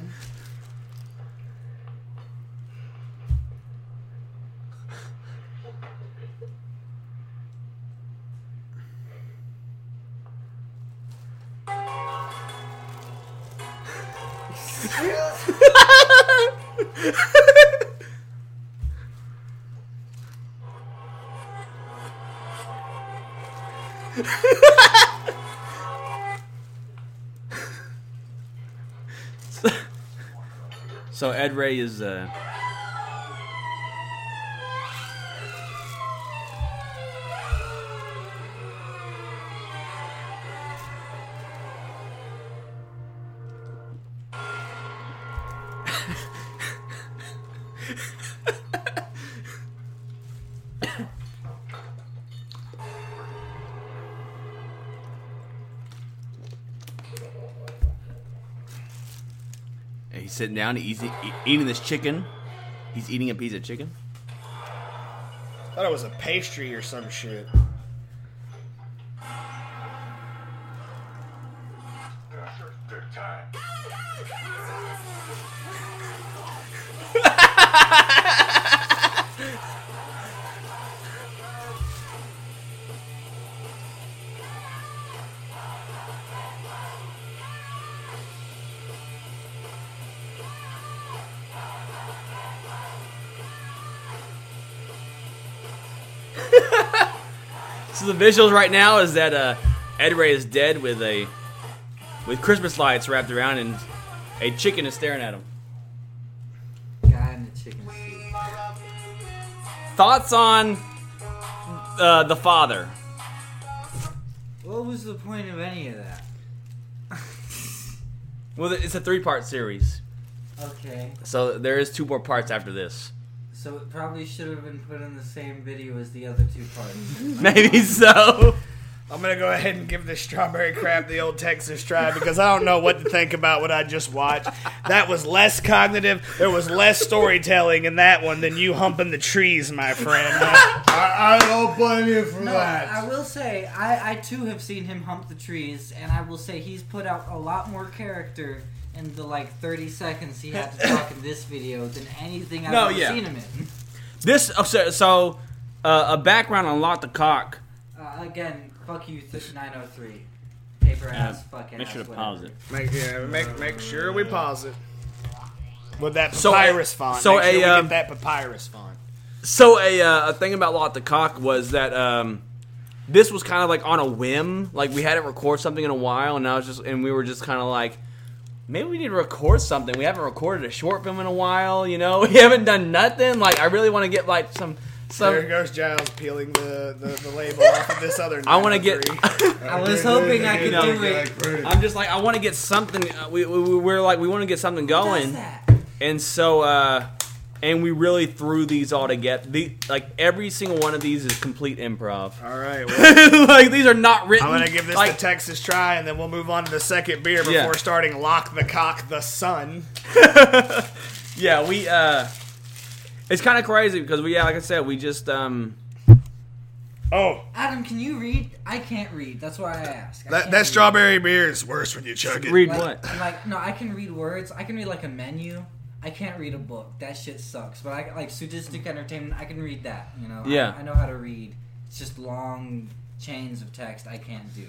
[SPEAKER 3] So Ed Ray is uh And He's sitting down, he's e- eating this chicken. He's eating a piece of chicken.
[SPEAKER 4] Thought it was a pastry or some shit.
[SPEAKER 1] Sure, good time.
[SPEAKER 3] So the visuals right now is that uh, Ed Ray is dead with a with Christmas lights wrapped around and a chicken is staring at him.
[SPEAKER 5] Guy in the chicken suit.
[SPEAKER 3] Thoughts on uh, the father?
[SPEAKER 5] What was the point of any of that?
[SPEAKER 3] Well, it's a three part series,
[SPEAKER 5] Okay,
[SPEAKER 3] so there is two more parts after this.
[SPEAKER 5] so it probably should have been put in the same video as the other two parts.
[SPEAKER 3] Maybe so.
[SPEAKER 4] I'm gonna go ahead and give this strawberry crab the old Texas try because I don't know what to think about what I just watched. That was less cognitive. There was less storytelling in that one than you humping the trees, my friend.
[SPEAKER 7] I, I don't blame you for
[SPEAKER 5] No,
[SPEAKER 7] that.
[SPEAKER 5] I will say I, I too have seen him hump the trees, and I will say he's put out a lot more character in the like 30 seconds he had to talk in this video than anything I've
[SPEAKER 3] No,
[SPEAKER 5] ever
[SPEAKER 3] yeah.
[SPEAKER 5] seen him in.
[SPEAKER 3] This oh, so, so uh, a background on Lot the Cock.
[SPEAKER 5] Uh, again, fuck you, th- 903. Paper ass, fuck ass.
[SPEAKER 3] Make sure to
[SPEAKER 5] whatever.
[SPEAKER 3] pause it.
[SPEAKER 4] Make, yeah, make, make sure we pause it. With that
[SPEAKER 3] So a-
[SPEAKER 4] papyrus font.
[SPEAKER 3] so
[SPEAKER 4] make sure
[SPEAKER 3] a,
[SPEAKER 4] we
[SPEAKER 3] um,
[SPEAKER 4] get that papyrus font.
[SPEAKER 3] So a, uh, a thing about Lot the Cock was that um, this was kind of like on a whim. Like we hadn't recorded something in a while, and I was just and we were just kind of like, maybe we need to record something. We haven't recorded a short film in a while. You know, we haven't done nothing. Like I really want to get like some
[SPEAKER 4] there
[SPEAKER 3] some.
[SPEAKER 4] goes Giles peeling the, the, the label off of this other.
[SPEAKER 3] I want to
[SPEAKER 4] 903.
[SPEAKER 3] get.
[SPEAKER 5] I was hoping I could do it.
[SPEAKER 3] I'm just like I want to get something. Uh, we, we we- we're like we want to get something going.
[SPEAKER 5] Does that?
[SPEAKER 3] And so, uh, and we really threw these all together. The, like every single one of these is complete improv.
[SPEAKER 4] All right. Well,
[SPEAKER 3] like these are not written.
[SPEAKER 4] I'm gonna give this
[SPEAKER 3] like,
[SPEAKER 4] the Texas try, and then we'll move on to the second beer before
[SPEAKER 3] Yeah.
[SPEAKER 4] starting lock the cock the sun.
[SPEAKER 3] yeah, we. uh It's kind of crazy because we, yeah, like I said, we just. um
[SPEAKER 4] Oh,
[SPEAKER 5] Adam, can you read? I can't read. That's why I ask. I
[SPEAKER 4] that,
[SPEAKER 5] can't
[SPEAKER 4] that
[SPEAKER 5] read.
[SPEAKER 4] strawberry beer is worse when you chug it.
[SPEAKER 3] Read
[SPEAKER 5] Like,
[SPEAKER 3] what?
[SPEAKER 5] I'm like, no, I can read words. I can read like a menu. I can't read a book. That shit sucks. But I like sadistic entertainment. I can read that. You know. I-
[SPEAKER 3] Yeah.
[SPEAKER 5] I, know how to read. It's just long chains of text. I can't do.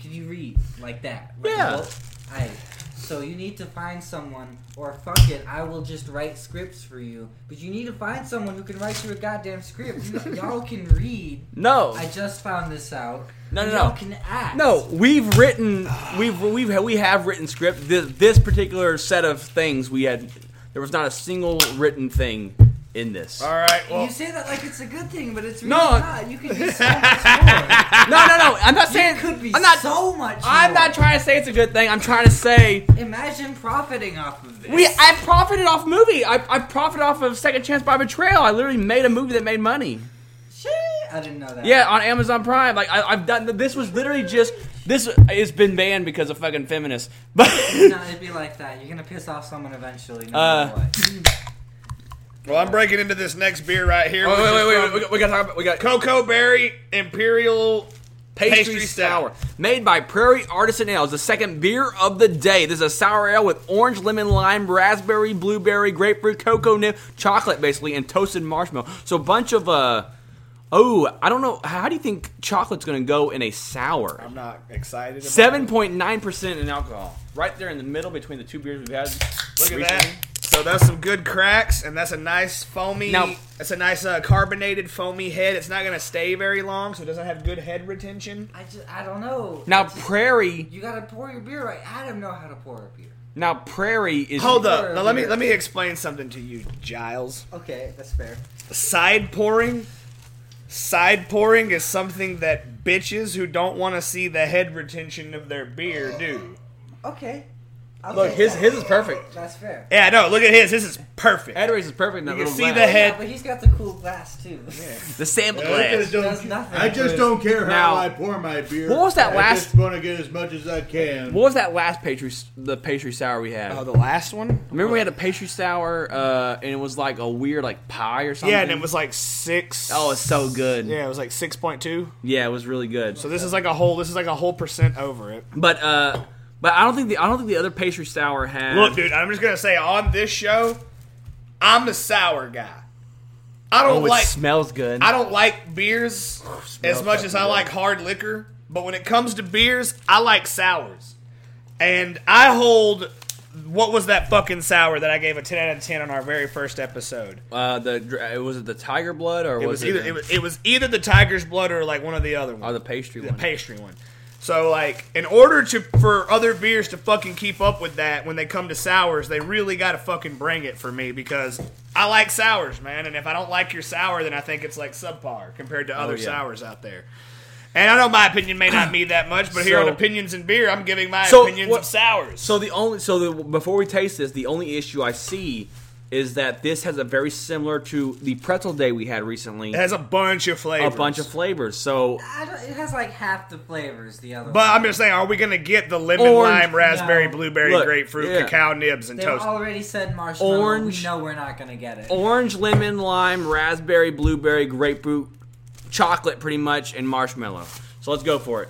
[SPEAKER 5] Can you read like that? Like,
[SPEAKER 3] Yeah.
[SPEAKER 5] well, I. So you need to find someone, or fuck it, I will just write scripts for you. But you need to find someone who can write you a goddamn script. You- Y'all can read.
[SPEAKER 3] No,
[SPEAKER 5] I just found this out.
[SPEAKER 3] No, no,
[SPEAKER 5] Y'all
[SPEAKER 3] no.
[SPEAKER 5] can act.
[SPEAKER 3] no, we've written, we've we've we have written script. This this particular set of things we had, there was not a single written thing in this.
[SPEAKER 4] All right. Well,
[SPEAKER 5] you say that like it's a good thing, but it's really
[SPEAKER 3] No.
[SPEAKER 5] not. You can be so much more.
[SPEAKER 3] No, no, no. I'm not saying
[SPEAKER 5] It could be
[SPEAKER 3] I'm not.
[SPEAKER 5] so much.
[SPEAKER 3] I'm
[SPEAKER 5] more.
[SPEAKER 3] not trying to say it's a good thing. I'm trying to say
[SPEAKER 5] Imagine profiting off of this.
[SPEAKER 3] We, I profited off movie. I, I profited off of Second Chance by Betrayal. I literally made a movie that made money.
[SPEAKER 5] Shit, I didn't know that.
[SPEAKER 3] Yeah, on Amazon Prime. Like I, I've done. This was literally just. This it's been banned because of fucking feminists. But
[SPEAKER 5] No, it'd be like that. You're gonna piss off someone eventually. No matter
[SPEAKER 3] Uh,
[SPEAKER 5] what.
[SPEAKER 4] well, I'm breaking into this next beer right here.
[SPEAKER 3] Oh,
[SPEAKER 4] which is from
[SPEAKER 3] We, got- we gotta talk about. We got
[SPEAKER 4] Cocoa Berry Imperial
[SPEAKER 3] pastry,
[SPEAKER 4] Pastry
[SPEAKER 3] sour made by Prairie Artisan Ale. It's the second beer of the day. This is a sour ale with orange, lemon, lime, raspberry, blueberry, grapefruit, cocoa nib, chocolate basically, and toasted marshmallow. So a bunch of uh. Oh, I don't know. How do you think chocolate's gonna go in a sour?
[SPEAKER 4] I'm not excited. About
[SPEAKER 3] Seven point nine percent in alcohol, right there in the middle between the two beers we've had.
[SPEAKER 4] It. Look
[SPEAKER 3] recently.
[SPEAKER 4] at that. So that's some good cracks, and that's a nice foamy.
[SPEAKER 3] Now-
[SPEAKER 4] that's a nice uh, carbonated foamy head. It's not gonna stay very long, so it doesn't have good head retention.
[SPEAKER 5] I just, I don't know.
[SPEAKER 3] Now
[SPEAKER 5] It's just-
[SPEAKER 3] Prairie,
[SPEAKER 5] you gotta pour your beer right. I don't know how to pour a beer.
[SPEAKER 3] now Prairie is
[SPEAKER 4] Hold
[SPEAKER 5] Sure,
[SPEAKER 4] up. Now let me
[SPEAKER 5] beer.
[SPEAKER 4] let me explain something to you, Giles.
[SPEAKER 5] Okay, that's fair.
[SPEAKER 4] Side pouring. Side pouring is something that bitches who don't want to see the head retention of their beer do.
[SPEAKER 5] Okay. I'll
[SPEAKER 3] Look,
[SPEAKER 5] take
[SPEAKER 3] his
[SPEAKER 5] that.
[SPEAKER 3] his is perfect.
[SPEAKER 5] That's fair.
[SPEAKER 4] Yeah, no, look at his. This is perfect.
[SPEAKER 3] Edwards is perfect. In that
[SPEAKER 4] You can
[SPEAKER 3] little
[SPEAKER 4] see
[SPEAKER 3] glass.
[SPEAKER 4] the head.
[SPEAKER 5] Yeah, but he's got the cool glass too.
[SPEAKER 3] the sample
[SPEAKER 7] I
[SPEAKER 3] glass.
[SPEAKER 7] just don't,
[SPEAKER 5] Does nothing.
[SPEAKER 7] I just don't care how
[SPEAKER 3] Now-
[SPEAKER 7] I pour my beer.
[SPEAKER 3] What was that
[SPEAKER 7] I
[SPEAKER 3] last-
[SPEAKER 7] just want to get as much as I can.
[SPEAKER 3] What was that last pastry, the pastry sour we had?
[SPEAKER 4] Oh, the last one.
[SPEAKER 3] Remember we had a pastry sour, uh, and it was like a weird like pie or something.
[SPEAKER 4] Yeah, and it was like six.
[SPEAKER 3] oh, it's so good. Yeah,
[SPEAKER 4] yeah, it was like six point two.
[SPEAKER 3] it was really good.
[SPEAKER 4] So this is like a whole. This is like a whole percent over it.
[SPEAKER 3] but uh, but I don't think the I don't think the other pastry sour had.
[SPEAKER 4] Look, dude, I'm just gonna say on this show, I'm the sour guy. I
[SPEAKER 3] oh,
[SPEAKER 4] don't
[SPEAKER 3] it
[SPEAKER 4] like.
[SPEAKER 3] smells good.
[SPEAKER 4] I don't like beers as much as I like hard liquor, but when it comes to beers, I like sours. And I hold what was that fucking sour that I gave a 10 out of 10 on our very first episode?
[SPEAKER 3] Uh, the dr- uh, was it the tiger blood or
[SPEAKER 4] It
[SPEAKER 3] was
[SPEAKER 4] was either
[SPEAKER 3] the-
[SPEAKER 4] it was, it was either the tiger's blood or like one of the other ones.
[SPEAKER 3] or the pastry
[SPEAKER 4] the
[SPEAKER 3] one?
[SPEAKER 4] pastry one. So like, in order to for other beers to fucking keep up with that when they come to sours, they really got to fucking bring it for me because I like sours, man. And if I don't like your sour, then I think it's like subpar compared to other
[SPEAKER 3] Oh, yeah.
[SPEAKER 4] sours out there. And I know my opinion may not mean that much, but here on
[SPEAKER 3] So-
[SPEAKER 4] opinions and beer, I'm giving my
[SPEAKER 3] So,
[SPEAKER 4] opinions
[SPEAKER 3] what-
[SPEAKER 4] of sours.
[SPEAKER 3] So the only so the, before we taste this, the only issue I see is that this has a very similar to the pretzel day we had recently.
[SPEAKER 4] it has a bunch of
[SPEAKER 3] a
[SPEAKER 4] flavors.
[SPEAKER 3] bunch of flavors. So
[SPEAKER 5] I don't, it has like half the flavors. The other.
[SPEAKER 4] But I'm just saying, are we gonna get the lemon,
[SPEAKER 3] Orange-
[SPEAKER 4] lime, raspberry,
[SPEAKER 5] No.
[SPEAKER 4] blueberry,
[SPEAKER 3] Look,
[SPEAKER 4] grapefruit,
[SPEAKER 3] yeah.
[SPEAKER 4] cacao nibs, and
[SPEAKER 5] They've
[SPEAKER 4] toast?
[SPEAKER 5] already said marshmallow.
[SPEAKER 3] Orange.
[SPEAKER 5] We know we're not gonna get it.
[SPEAKER 3] orange, lemon, lime, raspberry, blueberry, grapefruit, chocolate, pretty much, and marshmallow. So let's go for it.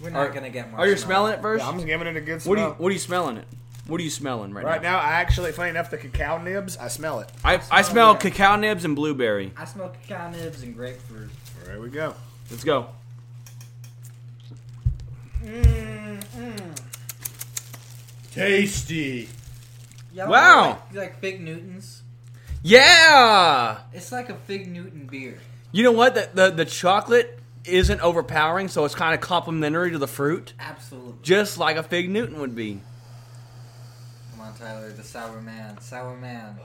[SPEAKER 5] We're not gonna get marshmallow.
[SPEAKER 3] Are you smelling it first?
[SPEAKER 4] I'm just giving it a good smell.
[SPEAKER 3] what do you What are you smelling it? What are you smelling right,
[SPEAKER 4] Right
[SPEAKER 3] now?
[SPEAKER 4] now, I actually, funny enough, the cacao nibs, I smell it.
[SPEAKER 3] I, I smell
[SPEAKER 4] smell-
[SPEAKER 3] cacao nibs and blueberry.
[SPEAKER 5] I smoke cacao nibs and grapefruit.
[SPEAKER 4] There we go.
[SPEAKER 3] Let's go.
[SPEAKER 4] Mm, mm.
[SPEAKER 7] Tasty.
[SPEAKER 5] Y'all
[SPEAKER 3] Wow.
[SPEAKER 5] know, Like, like Fig Newtons.
[SPEAKER 3] Yeah.
[SPEAKER 5] It's like a Fig Newton beer.
[SPEAKER 3] You know what? The the, the chocolate isn't overpowering, so it's kind of complimentary to the fruit,
[SPEAKER 5] Absolutely.
[SPEAKER 3] just like a fig Newton would be.
[SPEAKER 5] Come on, Tyler, the sour man. Sour man.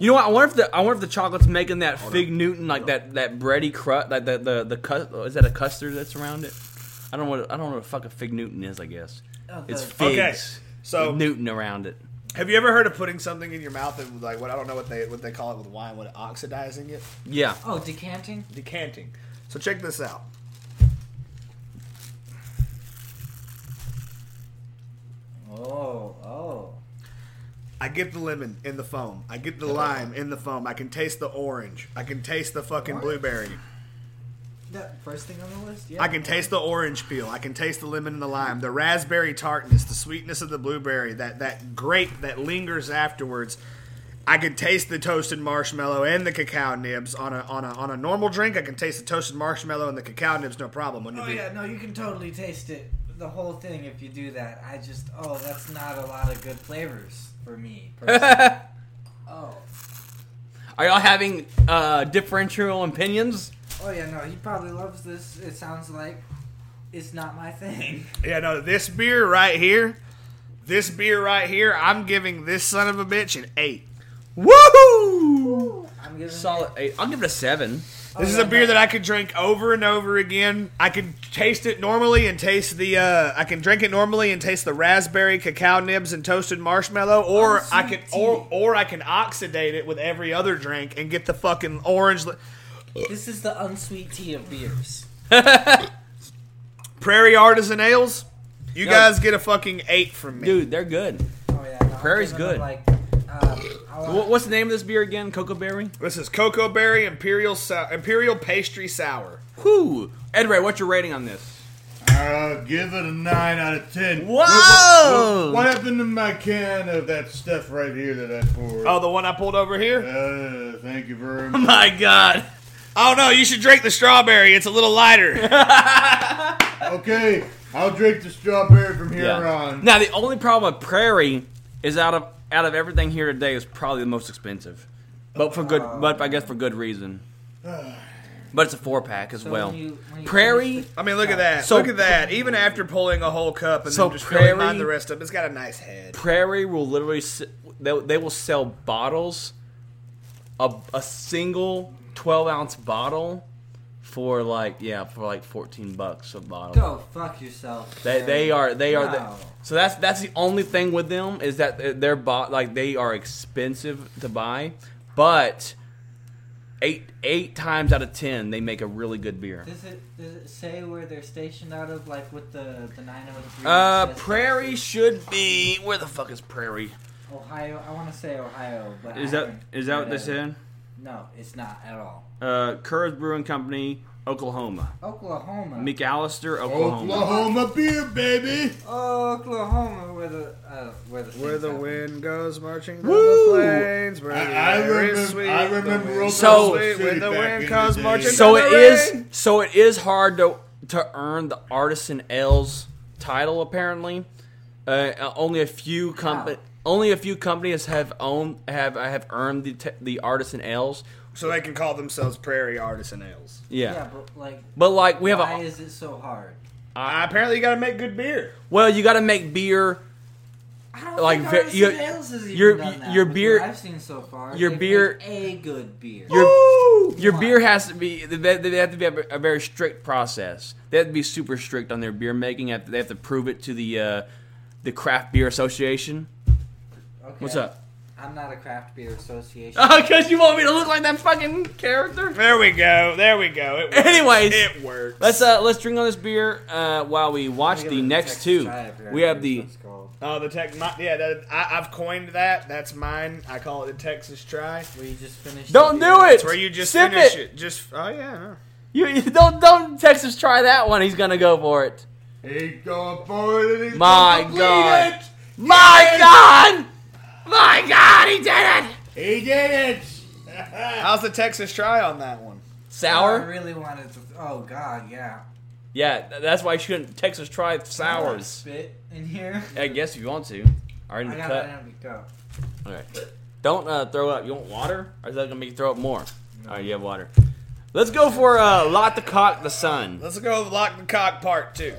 [SPEAKER 3] You know what? I wonder if the I wonder if the chocolate's making that fig Newton like that that bready crust like the the the cus- is that a custard that's around it? I don't know what I don't know what the fuck a fig Newton is. I guess
[SPEAKER 5] Oh,
[SPEAKER 3] it's
[SPEAKER 5] the-
[SPEAKER 3] figs.
[SPEAKER 4] Okay, so-
[SPEAKER 3] with Newton around it.
[SPEAKER 4] Have you ever heard of putting something in your mouth and like what I don't know what they what they call it with wine, what oxidizing it,
[SPEAKER 3] Yeah.
[SPEAKER 5] Oh, decanting?
[SPEAKER 4] decanting. So check this out.
[SPEAKER 5] Oh, oh.
[SPEAKER 4] I get the lemon in the foam. I get the lime in the foam. I can taste the orange. I can taste the fucking
[SPEAKER 5] What?
[SPEAKER 4] blueberry.
[SPEAKER 5] That first thing on the list? Yeah.
[SPEAKER 4] I can taste the orange peel. I can taste the lemon and the lime, the raspberry tartness, the sweetness of the blueberry, that that grape that lingers afterwards. I can taste the toasted marshmallow and the cacao nibs on a on a on a normal drink. I can taste the toasted marshmallow and the cacao nibs, no problem. When you
[SPEAKER 5] Oh,
[SPEAKER 4] do-
[SPEAKER 5] yeah, no, you can totally taste it. The whole thing if you do that. I just, oh, that's not a lot of good flavors for me. personally. oh.
[SPEAKER 3] Are y'all having uh, differential opinions?
[SPEAKER 5] Oh, yeah, no, he probably loves this. It sounds like it's not my thing.
[SPEAKER 4] Yeah, no, this beer right here, this beer right here, I'm giving this son of a bitch an eight.
[SPEAKER 3] Woohoo!
[SPEAKER 5] I'm giving
[SPEAKER 3] Solid eight. I'll give it a seven.
[SPEAKER 4] This is a beer that I could drink over and over again. I can taste it normally and taste the. Uh, I can drink it normally and taste the raspberry, cacao nibs, and toasted marshmallow, or
[SPEAKER 5] Oh,
[SPEAKER 4] I can,
[SPEAKER 5] sweet
[SPEAKER 4] or
[SPEAKER 5] tea.
[SPEAKER 4] or I can oxidate it with every other drink and get the fucking orange. Li-
[SPEAKER 5] This is the unsweet tea of beers.
[SPEAKER 4] Prairie Artisan Ales. You
[SPEAKER 3] Yo.
[SPEAKER 4] guys get a fucking eight from me.
[SPEAKER 3] Dude, they're good.
[SPEAKER 5] Oh, yeah. No, I'm
[SPEAKER 3] Prairie's
[SPEAKER 5] giving
[SPEAKER 3] good.
[SPEAKER 5] him, Like, um, I want-
[SPEAKER 3] Wh- What's the name of this beer again? Cocoa Berry?
[SPEAKER 4] This is cocoa berry imperial Sou- imperial pastry sour.
[SPEAKER 3] Whoo! Ed Ray, what's your rating on this?
[SPEAKER 7] I'll give it a 9 out of 10.
[SPEAKER 3] Whoa!
[SPEAKER 7] What- What, what- what happened to my can of that stuff right here that I poured?
[SPEAKER 4] Oh, the one I pulled over here.
[SPEAKER 7] Uh, thank you very much.
[SPEAKER 3] My God.
[SPEAKER 4] Oh no, you should drink the strawberry. It's a little lighter.
[SPEAKER 7] Okay, I'll drink the strawberry from here on.
[SPEAKER 3] Now the only problem with Prairie is out of out of everything here today is probably the most expensive, but for good, but I guess for good reason. But it's a four pack as
[SPEAKER 5] So
[SPEAKER 3] well.
[SPEAKER 5] when you- when you
[SPEAKER 3] Prairie.
[SPEAKER 5] finish
[SPEAKER 4] I mean, look at that.
[SPEAKER 3] So-
[SPEAKER 4] look at that. Even after pulling a whole cup and
[SPEAKER 3] So
[SPEAKER 4] then just filling
[SPEAKER 3] Prairie-
[SPEAKER 4] mine the rest up, it's got a nice head.
[SPEAKER 3] Prairie will literally s- they, they will sell bottles, a, a single twelve ounce bottle, for like yeah for like fourteen bucks a bottle.
[SPEAKER 5] Go fuck yourself.
[SPEAKER 3] They, they are they are
[SPEAKER 5] Wow.
[SPEAKER 3] so that's that's the only thing with them is that they're, they're bought like they are expensive to buy, but eight eight times out of ten they make a really good beer.
[SPEAKER 5] Does it does it say where they're stationed out of, like with the the 903?
[SPEAKER 3] Uh,
[SPEAKER 5] It says
[SPEAKER 3] Prairie should be where the fuck is Prairie?
[SPEAKER 5] Ohio. I want to say Ohio, but I
[SPEAKER 3] Is that
[SPEAKER 5] haven't
[SPEAKER 3] is that what
[SPEAKER 5] read
[SPEAKER 3] they
[SPEAKER 5] it.
[SPEAKER 3] said?
[SPEAKER 5] No, it's not at all.
[SPEAKER 3] Uh, Curves Brewing Company, Oklahoma.
[SPEAKER 5] Oklahoma.
[SPEAKER 3] McAllister, Oklahoma.
[SPEAKER 7] Oklahoma beer, baby.
[SPEAKER 5] Oklahoma, where the uh, where the
[SPEAKER 4] Where
[SPEAKER 5] things
[SPEAKER 4] the
[SPEAKER 5] happen.
[SPEAKER 4] wind goes marching through
[SPEAKER 3] Woo!
[SPEAKER 4] the plains, where
[SPEAKER 7] I-
[SPEAKER 4] the
[SPEAKER 7] I
[SPEAKER 4] air is
[SPEAKER 7] remember-
[SPEAKER 4] sweet,
[SPEAKER 7] I
[SPEAKER 4] the
[SPEAKER 7] remember
[SPEAKER 4] wind-
[SPEAKER 7] Oklahoma
[SPEAKER 4] so
[SPEAKER 7] City
[SPEAKER 4] sweet, when the
[SPEAKER 7] back in
[SPEAKER 4] wind
[SPEAKER 7] the
[SPEAKER 4] comes
[SPEAKER 7] day.
[SPEAKER 4] marching.
[SPEAKER 3] So
[SPEAKER 4] down
[SPEAKER 3] it
[SPEAKER 4] the
[SPEAKER 3] is.
[SPEAKER 4] rain.
[SPEAKER 3] So it is hard to to earn the artisan ales title. Apparently, uh, uh, only a few company.
[SPEAKER 5] Wow.
[SPEAKER 3] Only a few companies have owned have have earned the t- the artisan ales.
[SPEAKER 4] So they can call themselves Prairie Artisan Ales.
[SPEAKER 3] Yeah.
[SPEAKER 5] Yeah, but like,
[SPEAKER 3] but like we have
[SPEAKER 5] why
[SPEAKER 3] a
[SPEAKER 5] is it so hard?
[SPEAKER 4] Uh, apparently, you got to make good beer.
[SPEAKER 3] well, you got to make beer.
[SPEAKER 5] I don't
[SPEAKER 3] Like,
[SPEAKER 5] think
[SPEAKER 3] ve-
[SPEAKER 5] Artisan
[SPEAKER 3] your-
[SPEAKER 5] Ales has even
[SPEAKER 3] your-
[SPEAKER 5] done that
[SPEAKER 3] your
[SPEAKER 5] with
[SPEAKER 3] beer-
[SPEAKER 5] what I've seen so far.
[SPEAKER 3] your
[SPEAKER 5] They've
[SPEAKER 3] beer-
[SPEAKER 5] made a good beer.
[SPEAKER 3] Your your
[SPEAKER 5] Why?
[SPEAKER 3] beer has to be they, they have to be a, a very strict process. They have to be super strict on their beer making. They have to, they have to prove it to the uh, the craft beer association.
[SPEAKER 5] Okay.
[SPEAKER 3] What's up? Ah!
[SPEAKER 5] I'm not a craft beer association.
[SPEAKER 3] Because you want me to look like that fucking character.
[SPEAKER 4] There we go. There we go. It works.
[SPEAKER 3] Anyways.
[SPEAKER 4] it works.
[SPEAKER 3] Let's uh let's drink on this beer uh, while we watch the next two. We have the
[SPEAKER 4] Oh, the tech. My, yeah, that, I, I've coined that. That's mine. I call it the Texas try.
[SPEAKER 5] We just finished.
[SPEAKER 3] Don't
[SPEAKER 5] the
[SPEAKER 3] do
[SPEAKER 5] beer.
[SPEAKER 3] it!
[SPEAKER 4] It's where you just
[SPEAKER 3] Sip
[SPEAKER 4] finish
[SPEAKER 3] it.
[SPEAKER 4] it. Just oh yeah.
[SPEAKER 3] you, you don't don't Texas try that one. He's gonna go for it.
[SPEAKER 7] He's going forward and he's
[SPEAKER 3] My
[SPEAKER 7] gonna complete
[SPEAKER 3] God.
[SPEAKER 7] it.
[SPEAKER 3] My God! My God, he did it!
[SPEAKER 7] He did it!
[SPEAKER 4] How's the Texas try on that one?
[SPEAKER 5] I
[SPEAKER 3] Sour?
[SPEAKER 5] really wanted to. Oh God, yeah.
[SPEAKER 3] Yeah, th- that's why you shouldn't Texas try sours.
[SPEAKER 5] Spit in here.
[SPEAKER 3] I guess if you want to. Are in
[SPEAKER 5] I
[SPEAKER 3] the
[SPEAKER 5] got it
[SPEAKER 3] cut.
[SPEAKER 5] out of go.
[SPEAKER 3] Okay. Don't uh, throw up. You want water? Or is that gonna make you throw up more? All right, you have water. Let's go for uh, lot the cock the sun.
[SPEAKER 4] Let's go with Lock the Cock Part 2.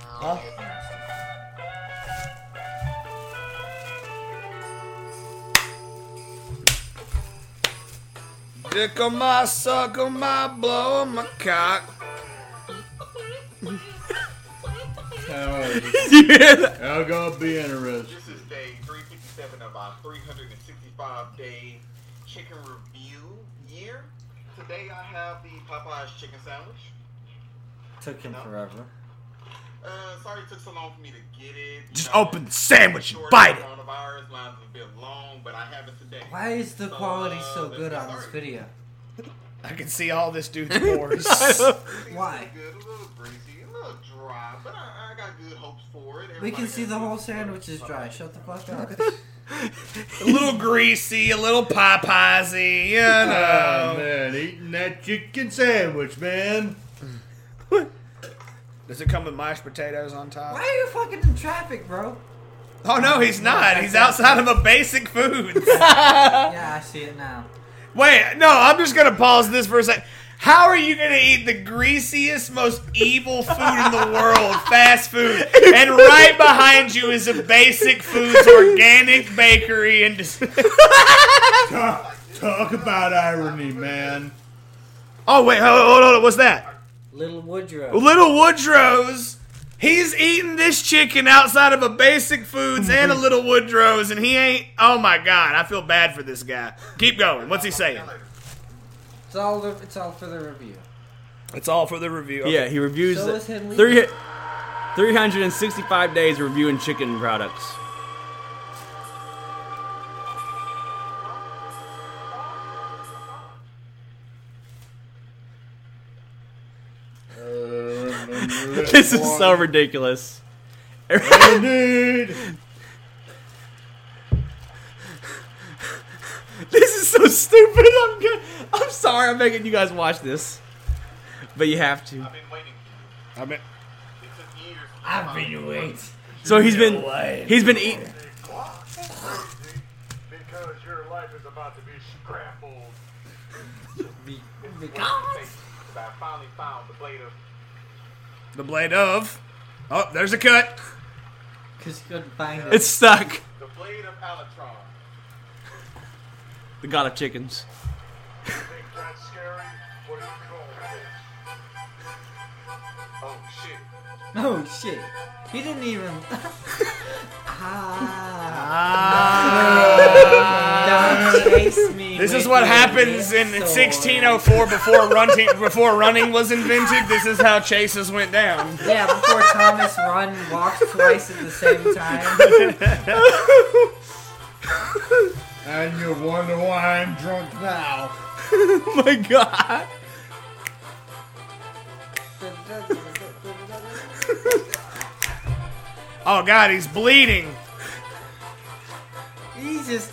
[SPEAKER 4] Huh? Dick on my, suck on my, blow on my cock.
[SPEAKER 7] I'll
[SPEAKER 3] yeah.
[SPEAKER 7] go be interested.
[SPEAKER 11] This is day 357 of our 365 day chicken review year. Today I have the Popeye's chicken sandwich.
[SPEAKER 5] Took him
[SPEAKER 11] No.
[SPEAKER 5] forever.
[SPEAKER 11] Uh, sorry it took so long for me to get it. You
[SPEAKER 4] Just
[SPEAKER 11] know,
[SPEAKER 4] open the sandwich and
[SPEAKER 11] short
[SPEAKER 4] bite it.
[SPEAKER 11] Coronavirus lines have been long, but I have it today.
[SPEAKER 5] Why is the
[SPEAKER 11] So,
[SPEAKER 5] quality
[SPEAKER 11] uh,
[SPEAKER 5] so
[SPEAKER 11] let's
[SPEAKER 5] good
[SPEAKER 11] get
[SPEAKER 5] on this
[SPEAKER 11] started.
[SPEAKER 5] video?
[SPEAKER 4] I can see all this dude's pores.
[SPEAKER 11] Seems
[SPEAKER 5] Why?
[SPEAKER 11] pretty Good, a little greasy, a little dry, but I, I got good hopes for it.
[SPEAKER 5] We
[SPEAKER 11] Everybody
[SPEAKER 5] can see
[SPEAKER 11] has
[SPEAKER 5] the
[SPEAKER 11] good
[SPEAKER 5] whole
[SPEAKER 11] hopes for it.
[SPEAKER 5] sandwich is dry. Shut the fuck up.
[SPEAKER 4] a little greasy, a little Popeyesy, you
[SPEAKER 7] Oh,
[SPEAKER 4] know.
[SPEAKER 7] man, eating that chicken sandwich, man.
[SPEAKER 4] Does it come with mashed potatoes on top?
[SPEAKER 5] Why are you fucking in traffic, bro?
[SPEAKER 4] Oh no, he's not. He's outside of a basic food.
[SPEAKER 3] Ah.
[SPEAKER 5] Yeah, I see it now.
[SPEAKER 4] Wait, no, I'm just gonna pause this for a second. How are you gonna eat the greasiest, most evil food in the world, fast food, and right behind you is a Basic Foods organic bakery and dis-
[SPEAKER 7] Talk, talk about irony, man.
[SPEAKER 4] Oh wait, hold on, hold on, what's that?
[SPEAKER 5] Little Woodrow.
[SPEAKER 4] Little Woodrow's. He's eating this chicken outside of a Basic Foods and a Little Woodrow's, and he ain't. Oh my God, I feel bad for this guy. Keep going. What's he saying?
[SPEAKER 5] It's all it's all for the review.
[SPEAKER 4] It's all for the review. Okay.
[SPEAKER 3] he reviews
[SPEAKER 5] So
[SPEAKER 3] the-
[SPEAKER 5] is him
[SPEAKER 3] three, 365 days reviewing chicken products. This is so ridiculous.
[SPEAKER 7] Indeed.
[SPEAKER 3] This is so stupid. I'm good. I'm sorry. I'm making you guys watch this, but you have to.
[SPEAKER 11] I've been waiting for you.
[SPEAKER 4] I mean,
[SPEAKER 11] It took years.
[SPEAKER 5] I've been waiting.
[SPEAKER 3] So he's been he's been eating.
[SPEAKER 1] Crazy, because your life is about to be scrambled.
[SPEAKER 11] But I finally found the blade of
[SPEAKER 4] the blade of. Oh, there's a cut.
[SPEAKER 5] Because you couldn't find it.
[SPEAKER 3] It's stuck.
[SPEAKER 11] the blade of Alatron.
[SPEAKER 3] The god of chickens.
[SPEAKER 1] Think that's scary? What do you call this?
[SPEAKER 11] Oh shit.
[SPEAKER 5] Oh shit. He didn't even. ah.
[SPEAKER 4] Ah.
[SPEAKER 5] Don't chase me.
[SPEAKER 4] Uh, This
[SPEAKER 5] with
[SPEAKER 4] is what
[SPEAKER 5] your
[SPEAKER 4] happens in
[SPEAKER 5] sword.
[SPEAKER 4] 1604 before running before running was invented. This is how chases went down.
[SPEAKER 5] Yeah, before Thomas Run walks twice at the same time.
[SPEAKER 7] And you wonder why I'm drunk now.
[SPEAKER 3] Oh my god.
[SPEAKER 4] Oh God, he's bleeding.
[SPEAKER 5] He's just.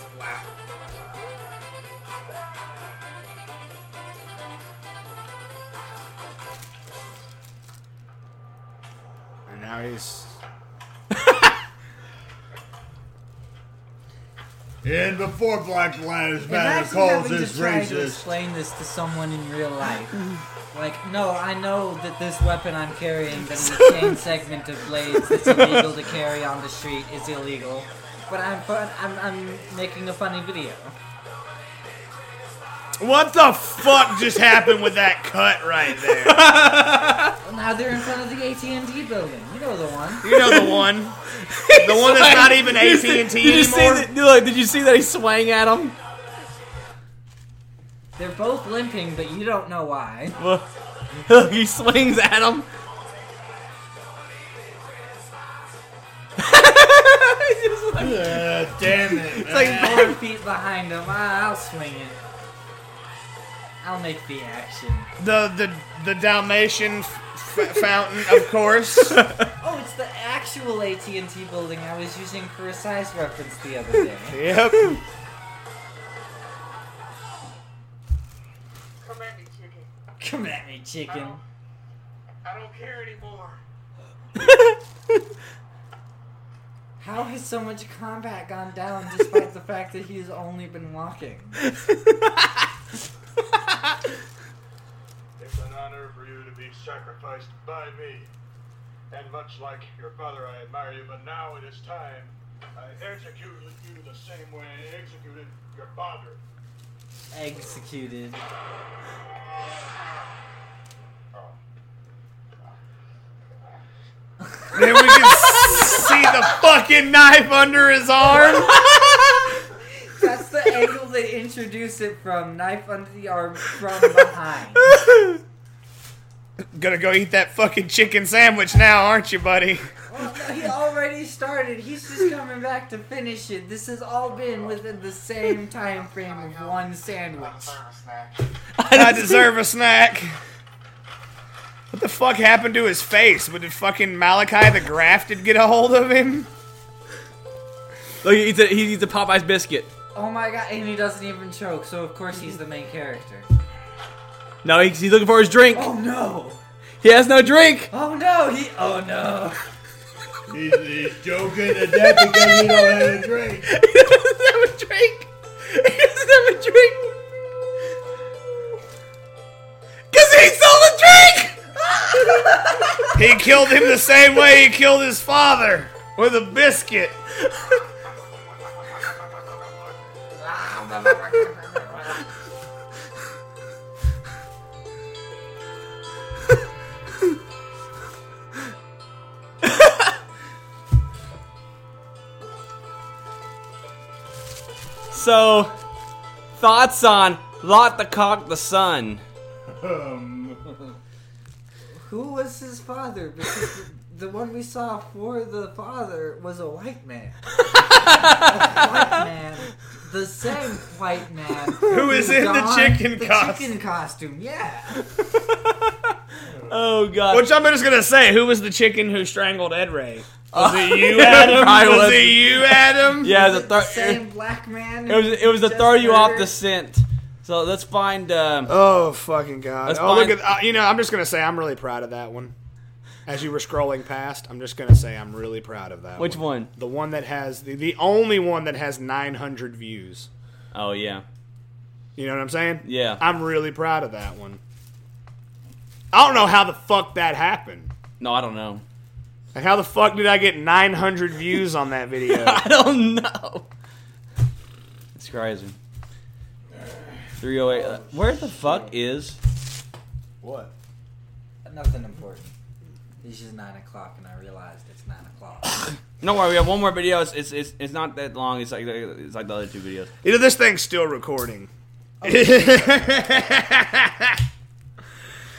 [SPEAKER 4] And now he's.
[SPEAKER 7] And before Black Lives Matter
[SPEAKER 5] Imagine having
[SPEAKER 7] calls
[SPEAKER 5] to
[SPEAKER 7] this
[SPEAKER 5] try to
[SPEAKER 7] racist,
[SPEAKER 5] explain this to someone in real life. Like, no, I know that this weapon I'm carrying that is the same segment of blades that's illegal to carry on the street is illegal, but I'm fun, I'm, I'm making a funny video.
[SPEAKER 4] What the fuck just happened with that cut right there?
[SPEAKER 5] Well, now they're in front of the AT&T building. You know the one.
[SPEAKER 4] You know the one, the one that's not even AT
[SPEAKER 3] Did
[SPEAKER 4] and
[SPEAKER 3] you
[SPEAKER 4] T
[SPEAKER 3] see-
[SPEAKER 4] anymore.
[SPEAKER 3] Did you see that? Look, did you see that he swang at him?
[SPEAKER 5] They're both limping, but you don't know why.
[SPEAKER 3] Look, look, he swings at him. He's just like-
[SPEAKER 7] uh, damn it,
[SPEAKER 3] like-
[SPEAKER 7] man.
[SPEAKER 5] Four feet behind him. Ah, I'll swing it. I'll make the action.
[SPEAKER 4] the the the Dalmatian f- f- fountain, of course.
[SPEAKER 5] Oh, it's the axe actual AT&T building I was using for a size reference the other day.
[SPEAKER 4] Yep.
[SPEAKER 10] Come at me, chicken.
[SPEAKER 5] Come at me, chicken.
[SPEAKER 10] I don't care anymore.
[SPEAKER 5] How has so much combat gone down despite the fact that he's only been walking?
[SPEAKER 1] It's an honor for you to be sacrificed by me. And much like your father, I admire you, but now it is time I executed you the same way I executed your father.
[SPEAKER 5] Executed.
[SPEAKER 4] Then we can see the fucking knife under his arm.
[SPEAKER 5] That's the angle they introduce it from. Knife under the arm from behind.
[SPEAKER 4] Gonna go eat that fucking chicken sandwich now, aren't you, buddy?
[SPEAKER 5] Well, no, he already started. He's just coming back to finish it. This has all been within the same time frame of one sandwich.
[SPEAKER 4] I deserve a snack. What the fuck happened to his face? But did fucking Malachi the Grafted get a hold of him?
[SPEAKER 3] Look, he eats a, he eats a Popeye's biscuit.
[SPEAKER 5] Oh my god, and he doesn't even choke, so of course he's the main character.
[SPEAKER 3] No, he's, he's looking for his drink.
[SPEAKER 5] Oh no!
[SPEAKER 3] He has no drink.
[SPEAKER 5] Oh no! He. Oh no!
[SPEAKER 7] He's, he's joking to death because he don't have a drink.
[SPEAKER 3] He doesn't have a drink. He doesn't have a drink. Cause he stole the drink.
[SPEAKER 4] He killed him the same way he killed his father with a biscuit.
[SPEAKER 3] So, thoughts on Lot the Cock the Sun?
[SPEAKER 7] Um,
[SPEAKER 5] Who was his father? Because the, the one we saw for the father was a white man. a white man. The same white man.
[SPEAKER 4] Who is in the
[SPEAKER 5] donned
[SPEAKER 4] chicken
[SPEAKER 5] the
[SPEAKER 4] costume.
[SPEAKER 5] chicken costume, yeah.
[SPEAKER 3] Oh God.
[SPEAKER 4] Which I'm just gonna say, who was the chicken who strangled Ed Ray? Was it you, Adam?
[SPEAKER 3] Probably
[SPEAKER 4] was,
[SPEAKER 3] wasn't.
[SPEAKER 4] it you, Adam?
[SPEAKER 3] yeah, the
[SPEAKER 5] The
[SPEAKER 3] thir-
[SPEAKER 5] same black man.
[SPEAKER 3] It was it was to
[SPEAKER 5] Just
[SPEAKER 3] throw you off
[SPEAKER 5] murdered.
[SPEAKER 3] the scent. So let's find. Um,
[SPEAKER 4] Oh fucking god!
[SPEAKER 3] That's
[SPEAKER 4] oh look
[SPEAKER 3] fine.
[SPEAKER 4] at uh, you know. I'm just gonna say I'm really proud of that one. As you were scrolling past, I'm just gonna say I'm really proud of that.
[SPEAKER 3] Which one?
[SPEAKER 4] The one that has the, the only one that has 900 views.
[SPEAKER 3] Oh yeah,
[SPEAKER 4] You know what I'm saying?
[SPEAKER 3] yeah.
[SPEAKER 4] I'm really proud of that one. I don't know how the fuck that happened.
[SPEAKER 3] No, I don't know.
[SPEAKER 4] Like how the fuck did I get 900 views on that video?
[SPEAKER 3] I don't know. It's crazy. 308. uh, Where the fuck is?
[SPEAKER 7] what?
[SPEAKER 5] Nothing important. It's just 9 o'clock and I realized it's 9 o'clock.
[SPEAKER 3] No worry, we have one more video. It's it's, it's, it's not that long. It's like it's like the other two videos.
[SPEAKER 4] You know, this thing's still recording.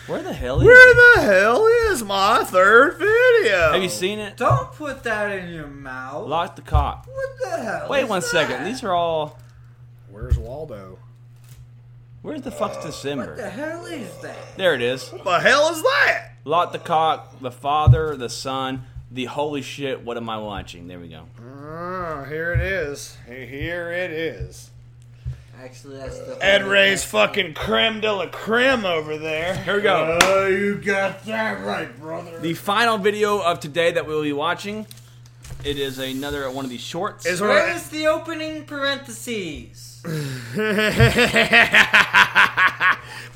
[SPEAKER 3] Where the hell is? it?
[SPEAKER 4] Where the hell is my third video?
[SPEAKER 3] Have you seen it?
[SPEAKER 5] Don't put that in your mouth.
[SPEAKER 3] Lock the cock.
[SPEAKER 5] What the hell?
[SPEAKER 3] Wait
[SPEAKER 5] is
[SPEAKER 3] one
[SPEAKER 5] that?
[SPEAKER 3] second. These are all.
[SPEAKER 4] Where's Waldo?
[SPEAKER 3] Where the fuck's
[SPEAKER 5] What the
[SPEAKER 3] December?
[SPEAKER 5] hell is that?
[SPEAKER 3] There it is.
[SPEAKER 4] What the hell is that?
[SPEAKER 3] Lot the cock, the father, the son, the holy shit. What am I watching? There we go.
[SPEAKER 4] Oh, here it is. Here it is.
[SPEAKER 5] Actually, that's the.
[SPEAKER 4] Ed Ray's fucking creme de la creme over there. Here we go.
[SPEAKER 7] Oh, you got that right, brother.
[SPEAKER 3] The final video of today that we'll be watching. It is another one of these shorts.
[SPEAKER 4] Is
[SPEAKER 5] Where is the opening parentheses?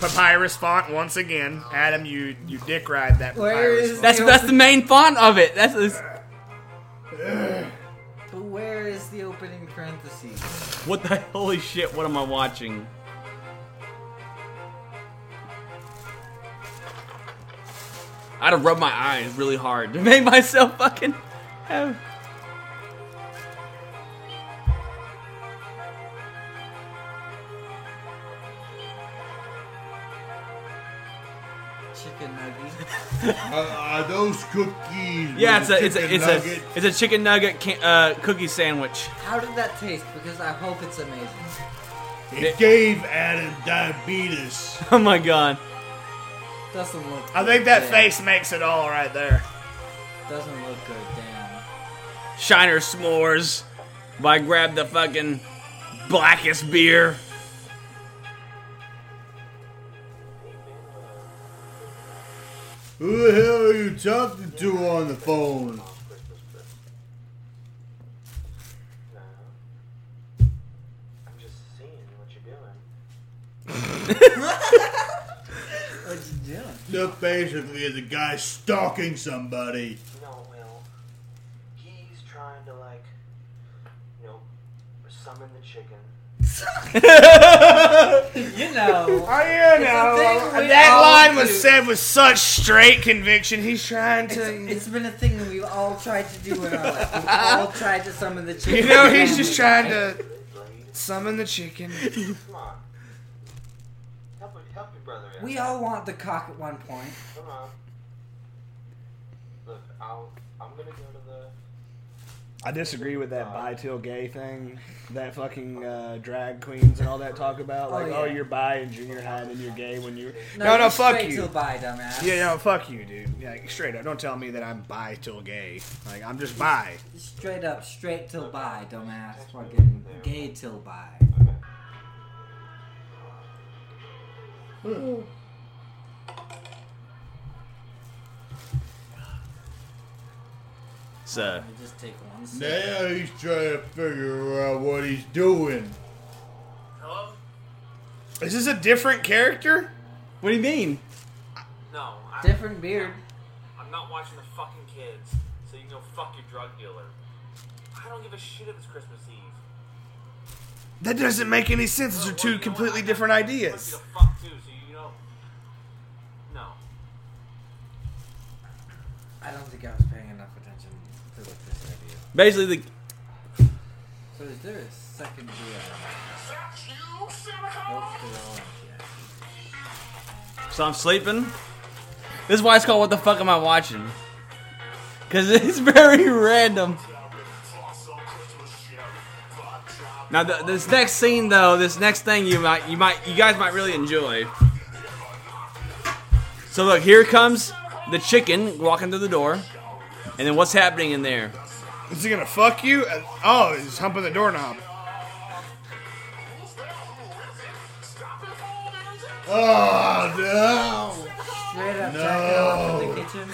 [SPEAKER 4] Papyrus font once again. Adam, you you dick ride that
[SPEAKER 7] Uh,
[SPEAKER 5] Where
[SPEAKER 4] papyrus
[SPEAKER 5] is
[SPEAKER 4] font.
[SPEAKER 3] That's that's the main font of it. That's that's-
[SPEAKER 5] But where is the opening parentheses?
[SPEAKER 3] what the holy shit. What am I watching? I'd have rubbed my eyes really hard to make myself fucking have.
[SPEAKER 5] Chicken nugget.
[SPEAKER 7] Uh, are those cookies?
[SPEAKER 3] Yeah, it's
[SPEAKER 7] with
[SPEAKER 3] a it's a
[SPEAKER 7] chicken
[SPEAKER 3] it's
[SPEAKER 7] nugget?
[SPEAKER 3] a it's a chicken nugget can, uh, cookie sandwich.
[SPEAKER 5] How did that taste? Because I hope it's amazing.
[SPEAKER 7] It gave Adam diabetes.
[SPEAKER 3] Oh my god.
[SPEAKER 5] Doesn't look.
[SPEAKER 4] I think that
[SPEAKER 5] good.
[SPEAKER 4] face makes it all right there.
[SPEAKER 5] doesn't look good. Damn.
[SPEAKER 3] Shiner S'mores. If I grab the fucking blackest beer.
[SPEAKER 7] Who the hell are you talking to on the phone?
[SPEAKER 5] What you doing?
[SPEAKER 7] That basically is a guy stalking somebody.
[SPEAKER 12] No, Will. He's trying to like, you know, summon the chicken.
[SPEAKER 5] you know.
[SPEAKER 4] I
[SPEAKER 5] It's a thing we
[SPEAKER 4] that
[SPEAKER 5] all
[SPEAKER 4] line was
[SPEAKER 5] do.
[SPEAKER 4] said with such straight conviction. He's trying
[SPEAKER 5] It's,
[SPEAKER 4] to.
[SPEAKER 5] it's been a thing that we've all tried to do in our life. We've all tried to summon the chicken.
[SPEAKER 4] You know, he's just trying to summon the chicken.
[SPEAKER 12] Come on. Help, me- help your brother out.
[SPEAKER 5] We all want the cock at one point.
[SPEAKER 12] Come on. Look, I'll. I'm gonna go to the.
[SPEAKER 4] I disagree with that bi till gay thing that fucking uh, drag queens and all that talk about.
[SPEAKER 5] Oh,
[SPEAKER 4] Like, oh,
[SPEAKER 5] yeah.
[SPEAKER 4] you're bi in junior high and then you're gay when you're. No,
[SPEAKER 5] No,
[SPEAKER 4] no,
[SPEAKER 5] you're
[SPEAKER 4] fuck
[SPEAKER 5] straight
[SPEAKER 4] you.
[SPEAKER 5] till bi, dumbass.
[SPEAKER 4] Yeah, no, fuck you, dude. Yeah, like, straight up. Don't tell me that I'm bi till gay. Like, I'm just bi.
[SPEAKER 5] Straight up, straight till bi, dumbass. Fucking gay till bi.
[SPEAKER 3] So.
[SPEAKER 5] Just take one sip.
[SPEAKER 7] Now he's trying to figure out what he's doing.
[SPEAKER 12] Hello?
[SPEAKER 4] Is this a different character?
[SPEAKER 3] What do you mean?
[SPEAKER 12] No. I,
[SPEAKER 5] Different beard.
[SPEAKER 12] I'm not watching the fucking kids, so you can go fuck your drug dealer. I don't give a shit if it's Christmas Eve.
[SPEAKER 4] That doesn't make any sense. Those are two completely different ideas.
[SPEAKER 12] The fuck too, so you know. No.
[SPEAKER 5] I don't think I was paying enough attention to what this idea.
[SPEAKER 3] Basically, the,
[SPEAKER 5] So is there a second beer?
[SPEAKER 3] So I'm sleeping. This is why it's called What the Fuck Am I Watching? Because it's very random. Now th- this next scene, though, this next thing you might, you might, you guys might really enjoy. So look, here comes the chicken walking through the door, and then what's happening in there?
[SPEAKER 4] Is he gonna fuck you? Uh, Oh, he's humping the doorknob.
[SPEAKER 7] Oh no!
[SPEAKER 5] Straight up, jacking off in the kitchen.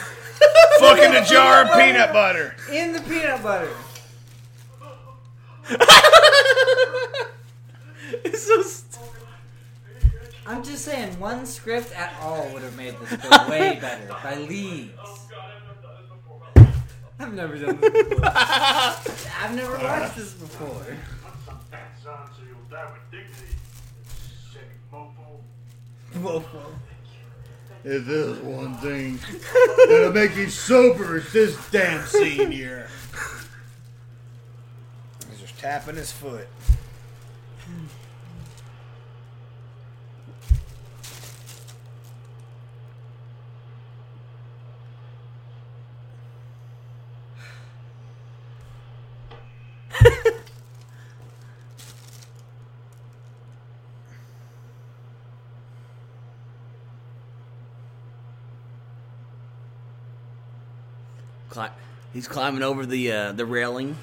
[SPEAKER 4] Fucking a jar of peanut butter.
[SPEAKER 5] In the peanut butter.
[SPEAKER 3] it's so. St-
[SPEAKER 5] I'm just saying, one script at all would have made this go way better by leagues. I've never done this before. I've never watched this before.
[SPEAKER 1] Pants on so you'll die with dignity. Sick mofo.
[SPEAKER 7] If there's one thing that'll make me sober, it's this damn scene here.
[SPEAKER 4] He's just tapping his foot.
[SPEAKER 3] Cli- he's climbing over the uh, the railing.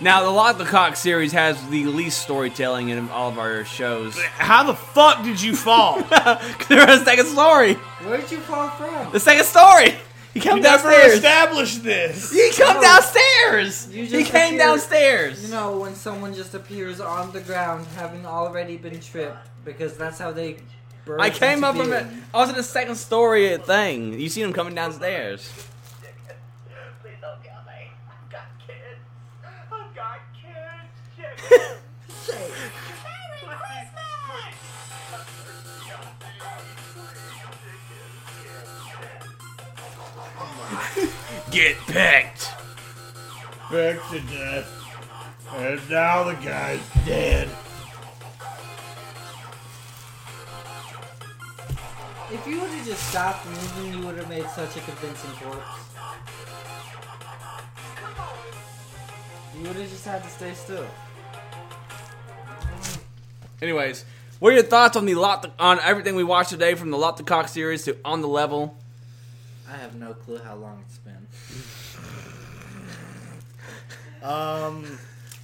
[SPEAKER 3] Now, the Lock the Cock series has the least storytelling in all of our shows.
[SPEAKER 4] How the fuck did you fall?
[SPEAKER 3] there was a second story.
[SPEAKER 5] Where'd you fall from?
[SPEAKER 3] The second story. He come
[SPEAKER 4] You never
[SPEAKER 3] downstairs.
[SPEAKER 4] established this.
[SPEAKER 3] He come
[SPEAKER 5] No.
[SPEAKER 3] downstairs.
[SPEAKER 5] Oh. You
[SPEAKER 3] He
[SPEAKER 5] just
[SPEAKER 3] came
[SPEAKER 5] appear-
[SPEAKER 3] downstairs.
[SPEAKER 5] You know, when someone just appears on the ground having already been tripped, because that's how they. burst
[SPEAKER 3] I came
[SPEAKER 5] into
[SPEAKER 3] up from it.
[SPEAKER 5] being.
[SPEAKER 3] I was in the second story thing. You seen him coming downstairs.
[SPEAKER 10] Please don't kill me. I've got kids. I've got kids, chicken. Merry Christmas!
[SPEAKER 3] Get pecked.
[SPEAKER 7] Back to death. And now the guy's dead.
[SPEAKER 5] If you would have just stopped moving, you would have made such a convincing corpse. You would have just had to stay still.
[SPEAKER 3] Anyways,
[SPEAKER 2] What are your thoughts on the lot on everything we watched today, from the Lot the Cock series to On the Level?
[SPEAKER 5] I have no clue how long it's been.
[SPEAKER 4] Um,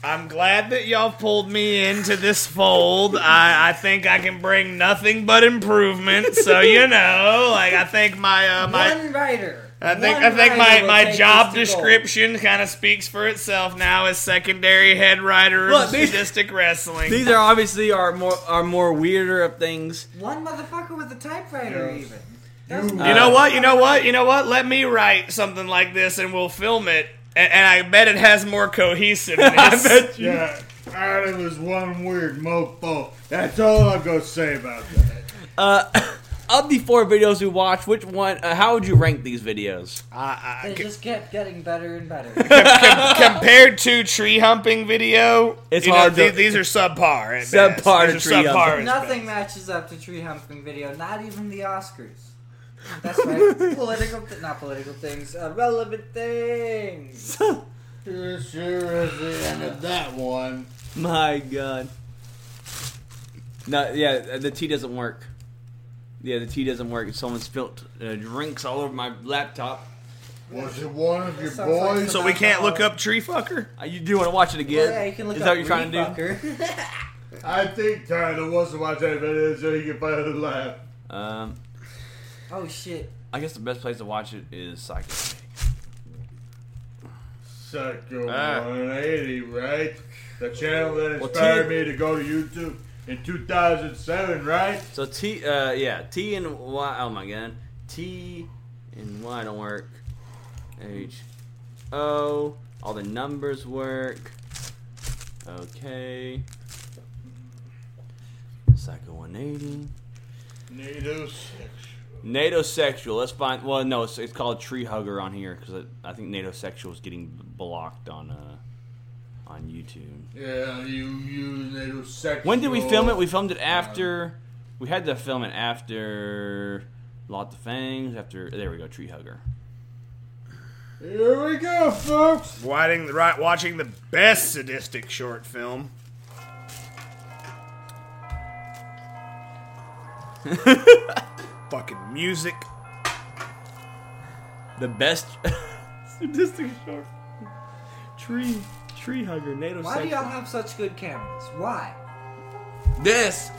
[SPEAKER 4] I'm glad that y'all pulled me into this fold. I, I think I can bring nothing but improvement. So you know, like I think my uh, my
[SPEAKER 5] One writer.
[SPEAKER 4] I think
[SPEAKER 5] One
[SPEAKER 4] I think my,
[SPEAKER 5] writer will
[SPEAKER 4] my
[SPEAKER 5] take
[SPEAKER 4] job
[SPEAKER 5] this to gold.
[SPEAKER 4] description kind of speaks for itself now as secondary head writer
[SPEAKER 2] Look,
[SPEAKER 4] of
[SPEAKER 2] these-
[SPEAKER 4] sadistic wrestling.
[SPEAKER 2] These are obviously our more our more weirder of things.
[SPEAKER 5] One motherfucker with a typewriter, even.
[SPEAKER 4] You know what? You know what? You know what? Let me write something like this and we'll film it. And, and I bet it has more cohesiveness.
[SPEAKER 7] Yeah, Adam was one weird mofo. That's all I'm gonna say about that.
[SPEAKER 2] Uh, of the four videos we watched, which one? Uh, how would you rank these videos?
[SPEAKER 5] They just kept getting better and better.
[SPEAKER 4] Compared to tree humping video,
[SPEAKER 2] It's
[SPEAKER 4] you know,
[SPEAKER 2] hard to-
[SPEAKER 4] the- these are subpar. At
[SPEAKER 2] Subpar
[SPEAKER 4] best. These
[SPEAKER 2] to
[SPEAKER 4] are
[SPEAKER 2] tree
[SPEAKER 4] subpar at
[SPEAKER 5] Nothing matches up to tree humping video. Not even the Oscars. That's right. political, th- not political things. Uh, relevant things.
[SPEAKER 7] It sure is the end of that one.
[SPEAKER 2] My God. No, yeah, the tea doesn't work. Yeah, the tea doesn't work. Someone spilled uh, drinks all over my laptop.
[SPEAKER 7] Was it one of your
[SPEAKER 5] That sounds like
[SPEAKER 7] boys?
[SPEAKER 5] some So we can't look
[SPEAKER 4] up tree fucker.
[SPEAKER 2] Uh, you do want to watch it again?
[SPEAKER 5] Well, Oh, yeah, you can look
[SPEAKER 2] Is
[SPEAKER 5] up
[SPEAKER 2] that what you're trying to do?
[SPEAKER 7] I think Tyler wants to watch that video so he can find a laugh.
[SPEAKER 2] Um,
[SPEAKER 5] Oh shit.
[SPEAKER 2] I guess the best place to watch it is Psychic.
[SPEAKER 7] Psycho
[SPEAKER 2] Ah.
[SPEAKER 7] 180, right? The channel that
[SPEAKER 2] Well,
[SPEAKER 7] inspired
[SPEAKER 2] T-
[SPEAKER 7] me to go to YouTube in 2007, right?
[SPEAKER 2] So T, uh, yeah, T and Y. Oh my God, T and Y don't work. H O. All the numbers work. Okay. Psycho 180.
[SPEAKER 7] NATO
[SPEAKER 2] NATO sexual. Let's find. Well, no, it's, it's called tree hugger on here because I, I think NATO sexual is getting blocked on uh on YouTube.
[SPEAKER 7] Yeah, you use NATO sexual.
[SPEAKER 2] When did we film it? We filmed it after. We had to film it after Lot of Fangs. After there we go, Tree Hugger.
[SPEAKER 7] Here we go, folks.
[SPEAKER 4] Watching the, right, watching the best sadistic short film. Fucking music.
[SPEAKER 2] The best sadistic short. Tree Tree Hugger. NATO.
[SPEAKER 5] Why do y'all have such good cameras? Why?
[SPEAKER 2] this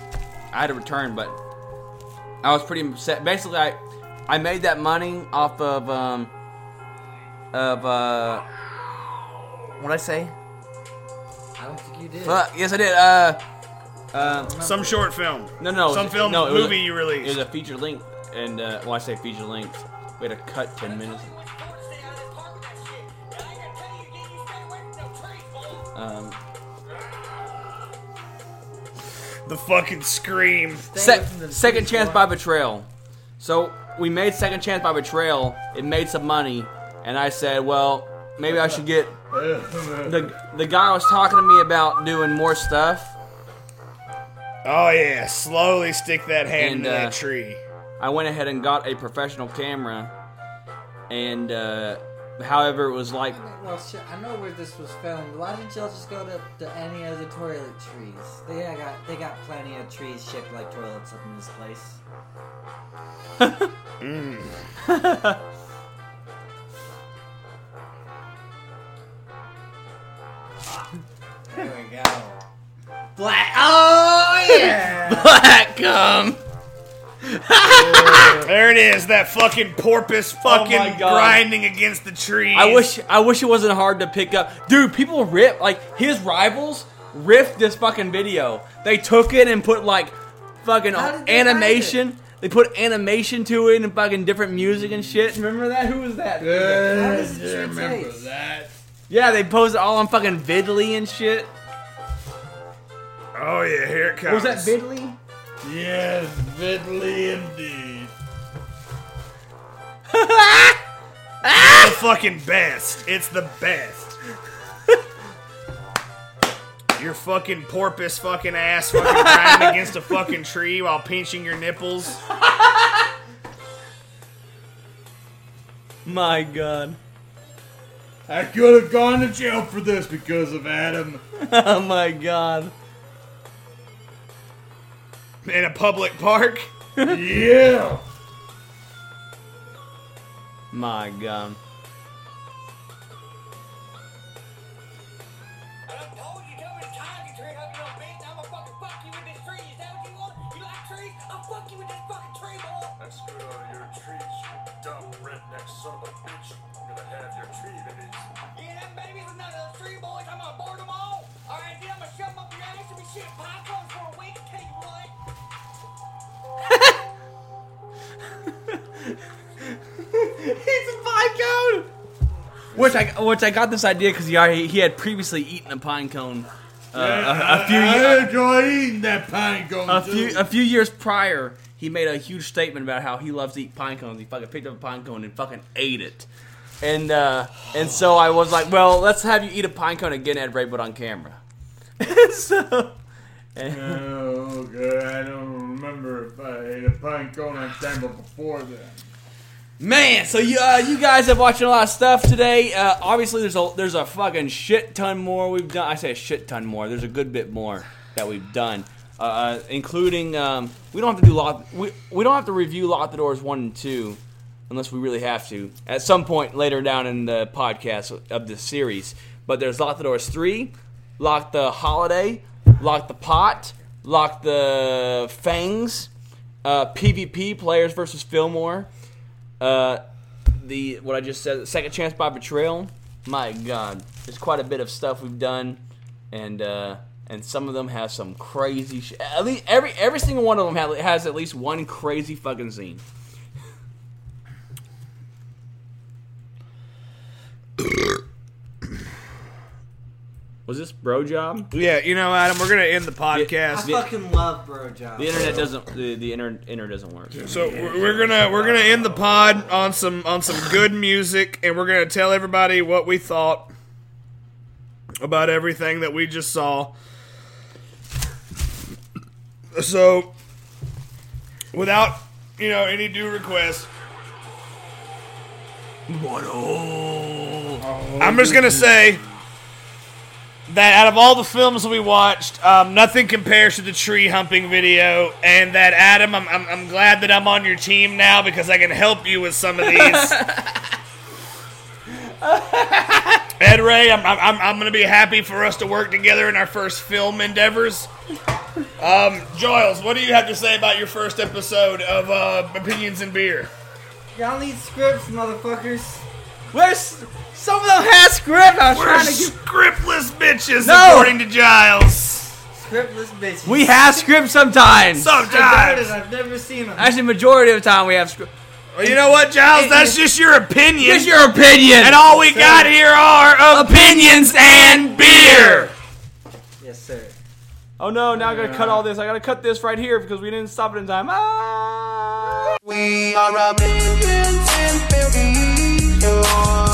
[SPEAKER 2] I had a return, but I was pretty upset. Basically, I I made that money off of um of uh what I say?
[SPEAKER 5] I don't think you did.
[SPEAKER 2] Fuck, yes I did. Uh, uh
[SPEAKER 4] Some short film.
[SPEAKER 2] no no
[SPEAKER 4] Some film,
[SPEAKER 2] no, it was a-
[SPEAKER 4] movie you released.
[SPEAKER 2] It was a feature length, and uh, well I say feature length, we had to cut ten minutes. Um,
[SPEAKER 4] The fucking scream.
[SPEAKER 2] Sec- second chance by betrayal. So we made second chance by betrayal. It made some money, and I said, well, maybe I should get. The the guy was talking to me about doing more stuff.
[SPEAKER 4] Oh yeah, slowly stick that hand
[SPEAKER 2] And,
[SPEAKER 4] in
[SPEAKER 2] uh,
[SPEAKER 4] that tree.
[SPEAKER 2] I went ahead and got a professional camera, and uh, however, it was like
[SPEAKER 5] Well, shit, I know where this was filmed. Why didn't y'all just go to, to any of the toilet trees? They I got they got plenty of trees shaped like toilets up in this place. There we go. Black. Oh yeah.
[SPEAKER 2] black gum.
[SPEAKER 4] There it is, that fucking porpoise fucking
[SPEAKER 2] Oh my God.
[SPEAKER 4] grinding against the tree.
[SPEAKER 2] I wish I wish it wasn't hard to pick up, dude. People rip like his rivals ripped this fucking video. They took it and put like fucking
[SPEAKER 5] How did they find
[SPEAKER 2] animation. They put animation to it and fucking different music and shit. Remember that? Who was that?
[SPEAKER 5] How
[SPEAKER 7] Yeah,
[SPEAKER 5] does the
[SPEAKER 7] you
[SPEAKER 5] tree
[SPEAKER 7] remember
[SPEAKER 5] taste?
[SPEAKER 7] that?
[SPEAKER 2] Yeah, they posed it all on fucking Vidly and shit.
[SPEAKER 4] Oh yeah, here it
[SPEAKER 2] Was
[SPEAKER 4] comes.
[SPEAKER 2] that Vidly?
[SPEAKER 7] Yes, fiddly indeed.
[SPEAKER 4] the fucking best. It's the best. Your fucking porpoise fucking ass fucking grinding against a fucking tree while pinching your nipples.
[SPEAKER 2] My god.
[SPEAKER 7] I could have gone to jail for this because of Adam.
[SPEAKER 2] Oh my god.
[SPEAKER 4] in a public park.
[SPEAKER 7] yeah.
[SPEAKER 3] My God.
[SPEAKER 1] That's good out of your trees, you dumb redneck son of a bitch. You're gonna have your tree babies.
[SPEAKER 10] Yeah, them babies are not a tree boys. I'm gonna board them all. All right, then I'm gonna shove them up your ass and be shit popcorn for a week. Tell you what.
[SPEAKER 3] it's pine cone. Which I which I got this idea because he already, he had previously eaten a pine cone uh, a, a few
[SPEAKER 7] I,
[SPEAKER 3] years
[SPEAKER 7] I enjoy eating that pine cone.
[SPEAKER 3] a
[SPEAKER 7] too.
[SPEAKER 3] few a few years prior. He made a huge statement about how he loves to eat pine cones. He fucking picked up a pine cone and fucking ate it. And uh, and so I was like, well, let's have you eat a pine cone again, Ed Ray, but on camera. so,
[SPEAKER 7] oh, good. I don't remember if I ate a pine cone on camera before then.
[SPEAKER 3] Man, so you uh, you guys have watched a lot of stuff today. Uh, obviously, there's a there's a fucking shit ton more we've done. I say a shit ton more. There's a good bit more that we've done, uh, uh, including um, we don't have to do lock we, we don't have to review Lock the Doors one and two, unless we really have to at some point later down in the podcast of this series. But there's Lock the Doors three, Lock the Holiday, Lock the Pot, Lock the Fangs, uh, PvP Players versus Fillmore. Uh, the what I just said, second chance by betrayal. My God, there's quite a bit of stuff we've done, and uh, and some of them have some crazy. Sh- at least every every single one of them ha- has at least one crazy fucking scene. Was this bro job?
[SPEAKER 4] Yeah, you know, Adam, we're gonna end the podcast.
[SPEAKER 3] The, the,
[SPEAKER 5] love bro job.
[SPEAKER 3] internet doesn't the, the inter, internet doesn't work.
[SPEAKER 4] So we're we're gonna we're gonna end the pod on some on some good music, and we're gonna tell everybody what we thought about everything that we just saw. So, without you know any due request,
[SPEAKER 3] what
[SPEAKER 4] I'm just gonna say that out of all the films we watched, um, nothing compares to the tree humping video. And that Adam, I'm, I'm, I'm glad that I'm on your team now because I can help you with some of these. Ed Ray, I'm, I'm, I'm gonna be happy for us to work together in our first film endeavors. Um, Giles, what do you have to say about your first episode of uh, Opinions and Beer?
[SPEAKER 5] Y'all need scripts, motherfuckers.
[SPEAKER 3] Where's some of them has script? I was
[SPEAKER 4] We're
[SPEAKER 3] trying to get
[SPEAKER 4] scriptless bitches,
[SPEAKER 3] No!
[SPEAKER 4] according to Giles.
[SPEAKER 5] scriptless bitches.
[SPEAKER 3] We have scripts sometimes.
[SPEAKER 5] I doubt it. I've never seen them.
[SPEAKER 3] Actually, majority of the time we have script.
[SPEAKER 4] Well, you know what, Giles? That's just your opinion.
[SPEAKER 3] Just your opinion.
[SPEAKER 4] And all we got here are opinions and beer.
[SPEAKER 5] Yes, sir.
[SPEAKER 3] Oh no! Now I gotta cut all this. I gotta cut this right here because we didn't stop it in time. Ah!
[SPEAKER 10] We are a million and billion.